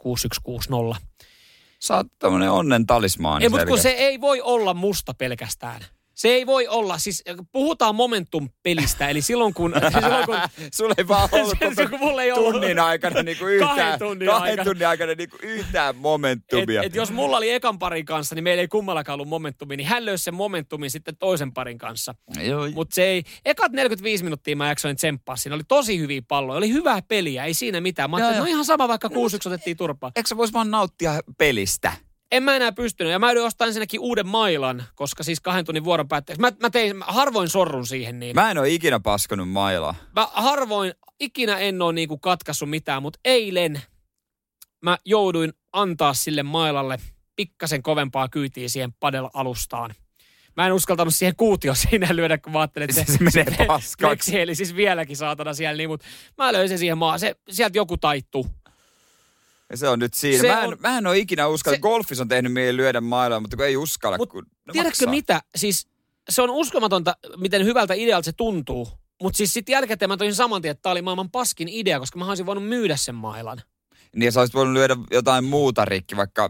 Speaker 2: 6-1, 6-0.
Speaker 3: Sä oot tämmönen onnen talismaani.
Speaker 2: Ei, mutta kun se
Speaker 3: selkeästi.
Speaker 2: ei voi olla musta pelkästään. Se ei voi olla, siis puhutaan momentum-pelistä, eli silloin kun, silloin kun
Speaker 3: Sulla ei vaan ollut
Speaker 2: Se- se-
Speaker 3: koko
Speaker 2: kun mulla ei ollut.
Speaker 3: tunnin aikana niinku yhtään,
Speaker 2: Kahden tunnin aikana.
Speaker 3: tunnin aikana niinku yhtään momentumia.
Speaker 2: Et, et jos mulla oli ekan parin kanssa, niin meillä ei kummallakaan ollut momentumia, niin hän löysi sen momentumin sitten toisen parin kanssa.
Speaker 3: Joo,
Speaker 2: Mutta se ei, ekat 45 minuuttia mä jaksoin tsemppaa, siinä oli tosi hyviä palloja, oli hyvää peliä, ei siinä mitään. Mä
Speaker 3: Joo,
Speaker 2: ajattelin, että no
Speaker 3: joo.
Speaker 2: ihan sama vaikka 6-1 otettiin turpaa.
Speaker 3: Eikö sä vois vaan nauttia pelistä?
Speaker 2: En mä enää pystynyt. Ja mä yritin ostaa ensinnäkin uuden mailan, koska siis kahden tunnin vuoron päätteeksi. Mä, mä tein, mä harvoin sorrun siihen niin. Mä,
Speaker 3: Mä en ole ikinä paskonut mailaa.
Speaker 2: mä harvoin, ikinä en ole niinku katkaissut mitään, mutta eilen mä jouduin antaa sille mailalle pikkasen kovempaa kyytiä siihen padel-alustaan. Mä en uskaltanut siihen kuutio siinä lyödä, kun mä ajattelin, että
Speaker 3: Se menee paskaksi.
Speaker 2: Meksi, eli siis vieläkin saatana siellä, niin, mutta mä löin sen siihen maahan. Se, sieltä joku taittuu.
Speaker 3: Ja se on nyt siinä.
Speaker 2: Se
Speaker 3: mä, en,
Speaker 2: on-
Speaker 3: mä en ole ikinä uskallut.
Speaker 2: se-
Speaker 3: Se... Golfis on tehnyt mieli lyödä mailaa, mutta kun ei uskalla,
Speaker 2: Mut
Speaker 3: Mut kun ne
Speaker 2: Tiedätkö
Speaker 3: No maksaa.
Speaker 2: mitä? Siis se on uskomatonta, miten hyvältä idealta se tuntuu. Mutta siis sitten jälkikäteen mä toin saman tien, että tämä oli maailman paskin idea, koska mä olisin voinut myydä sen mailan.
Speaker 3: Niin sä olisit voinut lyödä jotain muuta rikki, vaikka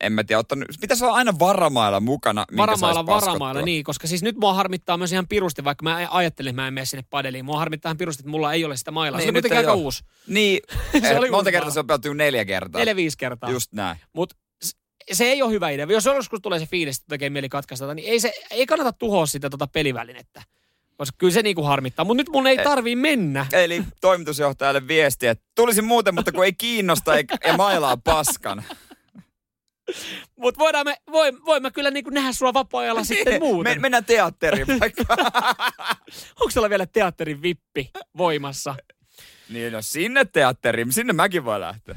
Speaker 3: en mä tiedä, ottanut, pitäisi olla aina varamailla mukana, minkä
Speaker 2: Varamailla,
Speaker 3: sais paskottua.
Speaker 2: varamailla, niin, koska siis nyt mua harmittaa myös ihan pirusti, vaikka mä ajattelin, että mä en mene sinne padeliin. Mua harmittaa ihan pirusti, että mulla ei ole sitä mailaa. Niin, se on
Speaker 3: Niin, nyt
Speaker 2: kuitenkin
Speaker 3: ei
Speaker 2: aika
Speaker 3: oo.
Speaker 2: uusi.
Speaker 3: Niin,
Speaker 2: Se
Speaker 3: eh,
Speaker 2: oli
Speaker 3: monta
Speaker 2: uusmaa.
Speaker 3: kertaa se on pelattu neljä kertaa.
Speaker 2: Neljä, viisi kertaa.
Speaker 3: Just näin.
Speaker 2: Mutta se ei ole hyvä idea. Jos joskus tulee se fiilis, että tekee mieli katkaista, niin ei, se, ei kannata tuhoa sitä tota pelivälinettä. Koska kyllä se niinku harmittaa. Mutta nyt mun ei tarvii mennä.
Speaker 3: Eli toimitusjohtajalle viesti, että tulisi muuten, mutta kun ei kiinnosta eikä, ja mailaa paskan.
Speaker 2: Mutta voidaan me, voi, voin mä kyllä niinku nähdä sua vapaa-ajalla sitten muuten.
Speaker 3: Niin. Me, mennään teatteriin vaikka.
Speaker 2: Onko siellä vielä teatterin vippi voimassa?
Speaker 3: niin, no sinne teatteriin, sinne mäkin voi lähteä.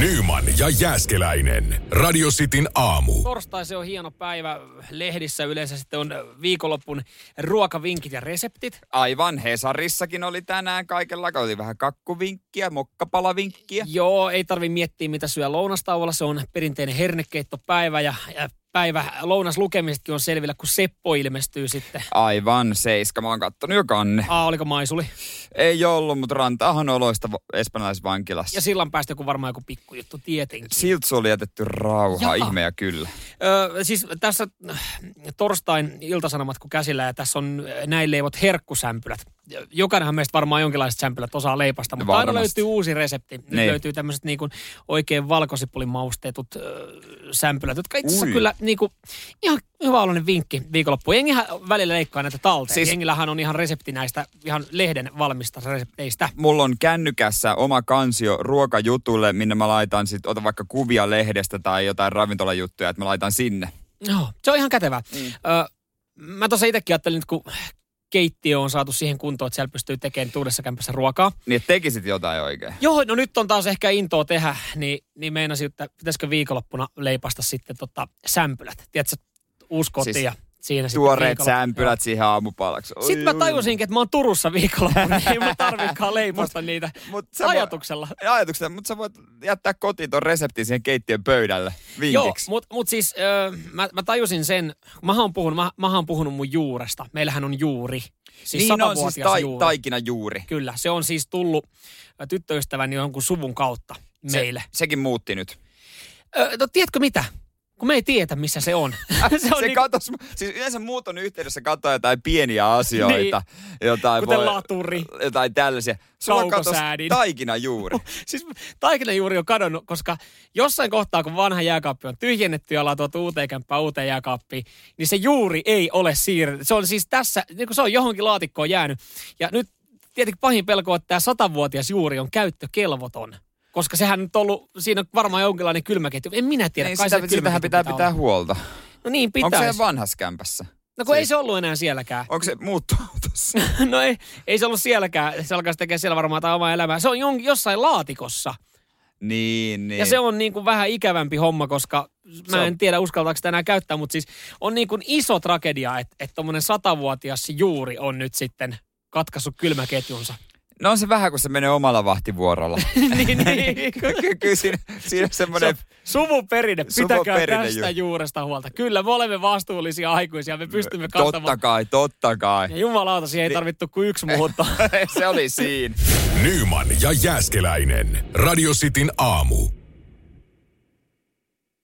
Speaker 1: Nyman ja Jääskeläinen. Radio Cityn aamu.
Speaker 2: Torstai se on hieno päivä. Lehdissä yleensä sitten on viikonloppun ruokavinkit ja reseptit.
Speaker 3: Aivan, Hesarissakin oli tänään kaikenlaista. Oli vähän kakkuvinkkiä, mokkapalavinkkiä.
Speaker 2: Joo, ei tarvi miettiä mitä syö lounastauolla. Se on perinteinen hernekeittopäivä ja, ja päivä lounaslukemisetkin on selvillä, kun Seppo ilmestyy sitten.
Speaker 3: Aivan, seiska. Mä oon kattonut jo kanne.
Speaker 2: Aa, oliko maisuli?
Speaker 3: Ei ollut, mutta rantaahan oloista vo- espanjalaisvankilassa.
Speaker 2: Ja sillan päästä joku varmaan joku pikkujuttu, tietenkin.
Speaker 3: Siltä oli jätetty rauha,
Speaker 2: Jaa.
Speaker 3: ihmeä kyllä.
Speaker 2: Öö, siis tässä äh, torstain iltasanomat kun käsillä ja tässä on äh, näin leivot herkkusämpylät. Jokainenhan meistä varmaan jonkinlaiset sämpylät osaa leipasta, mutta aina
Speaker 3: Varmasti.
Speaker 2: löytyy uusi resepti. Nyt
Speaker 3: Niin.
Speaker 2: löytyy tämmöiset niin kuin oikein valkosipulimausteetut öö, sämpylät, jotka itse asiassa
Speaker 3: Ui.
Speaker 2: kyllä niin kuin, ihan hyvä oloinen vinkki viikonloppu. Jengihän välillä leikkaa näitä talteen. Siis...
Speaker 3: Siis-
Speaker 2: Jengillähän on ihan resepti näistä, ihan lehden valmista resepteistä.
Speaker 3: Mulla on kännykässä oma kansio ruokajutulle, minne mä laitan sit, ota vaikka kuvia lehdestä tai jotain ravintolajuttuja, että mä laitan sinne.
Speaker 2: No, se on ihan kätevää. Mm. Öö, mä tuossa itsekin ajattelin, että kun keittiö on saatu siihen kuntoon, että siellä pystyy tekemään uudessa kämpässä ruokaa.
Speaker 3: Niin, että tekisit jotain oikein.
Speaker 2: Joo, no nyt on taas ehkä intoa tehdä, niin, niin meinasin, että pitäisikö viikonloppuna leipasta sitten tota sämpylät. Tiedätkö, uusi koti
Speaker 3: Siis
Speaker 2: ja siinä sitten
Speaker 3: Tuoreet
Speaker 2: viikonloppuna.
Speaker 3: sämpylät siihen aamupalaksi. Oi,
Speaker 2: Sitten mä
Speaker 3: oi.
Speaker 2: tajusinkin, että mä oon Turussa viikonloppuna, niin ei mä tarvikaan leipasta niitä
Speaker 3: Mut sä voi-
Speaker 2: ajatuksella.
Speaker 3: ajatuksena, mutta sä voit jättää kotiin ton reseptin siihen keittiön pöydälle vinkiksi.
Speaker 2: Joo, mutta mut siis öö, mä, mä tajusin sen, mä oon puhunut, mä, mä oon puhunut mun juuresta. Meillähän on juuri, siis
Speaker 3: niin on siis
Speaker 2: 100-vuotias
Speaker 3: tai,
Speaker 2: juuri.
Speaker 3: taikinajuuri.
Speaker 2: Kyllä, se on siis tullut ö, tyttöystäväni jonkun suvun kautta
Speaker 3: Se-
Speaker 2: meille.
Speaker 3: sekin muutti nyt.
Speaker 2: Öö, no tiedätkö mitä? Kun me ei tiedä, missä se on.
Speaker 3: se
Speaker 2: niinku-
Speaker 3: katos, siis yleensä muuton yhteydessä katsoa jotain pieniä asioita. jotain
Speaker 2: Niin. Kuten laturi.
Speaker 3: Jotain tällaisia. Sulla katos
Speaker 2: Kaukosäädin.
Speaker 3: taikinajuuri.
Speaker 2: siis taikina juuri on kadonnut, koska jossain kohtaa, kun vanha jääkaappi on tyhjennetty ja ollaan tuotu uuteen kämppään uuteen jääkaappiin, niin se juuri ei ole siirretty. Se on siis tässä, niin kuin se on johonkin laatikkoon jäänyt. Ja nyt tietenkin pahin pelko on, että tämä satavuotias juuri on käyttökelvoton. Koska sehän nyt on ollut, siinä on varmaan jonkinlainen kylmäketju. En minä tiedä,
Speaker 3: Niin,
Speaker 2: kai
Speaker 3: sitä,
Speaker 2: se
Speaker 3: sitähän
Speaker 2: kylmäketju
Speaker 3: pitää pitää,
Speaker 2: olla.
Speaker 3: huolta.
Speaker 2: No niin,
Speaker 3: Onko se
Speaker 2: pitäisi.
Speaker 3: vanhassa kämpässä? Siis-
Speaker 2: No kun ei se ollut enää sielläkään.
Speaker 3: Onko se muuttuautossa?
Speaker 2: No ei, ei se ollut sielläkään. Se alkaisi tekemään siellä varmaan tai omaa elämää. Se on jon- jossain laatikossa.
Speaker 3: niin, niin.
Speaker 2: Ja se on niin kuin vähän ikävämpi homma, koska
Speaker 3: Se
Speaker 2: mä
Speaker 3: on-
Speaker 2: en tiedä uskaltaako sitä enää käyttää, mutta siis on niin kuin iso tragedia, että että tuommoinen satavuotias juuri on nyt sitten katkaissut kylmäketjunsa.
Speaker 3: No on se vähän, kun se menee omalla vahtivuorolla.
Speaker 2: niin, niin.
Speaker 3: Ky- Kyllä siinä, siinä on
Speaker 2: Se on
Speaker 3: semmoinen...
Speaker 2: suvun perinne.
Speaker 3: Suvun
Speaker 2: Pitäkää
Speaker 3: perinne,
Speaker 2: tästä
Speaker 3: juu.
Speaker 2: juuresta huolta. Kyllä, me olemme vastuullisia aikuisia. Me pystymme
Speaker 3: Totta
Speaker 2: kantamaan.
Speaker 3: kai, totta kai.
Speaker 2: Ja jumalauta, siihen ei tarvittu kuin yksi muutto.
Speaker 3: se oli siinä.
Speaker 1: Nyman ja Jääskeläinen. Radio Cityn aamu.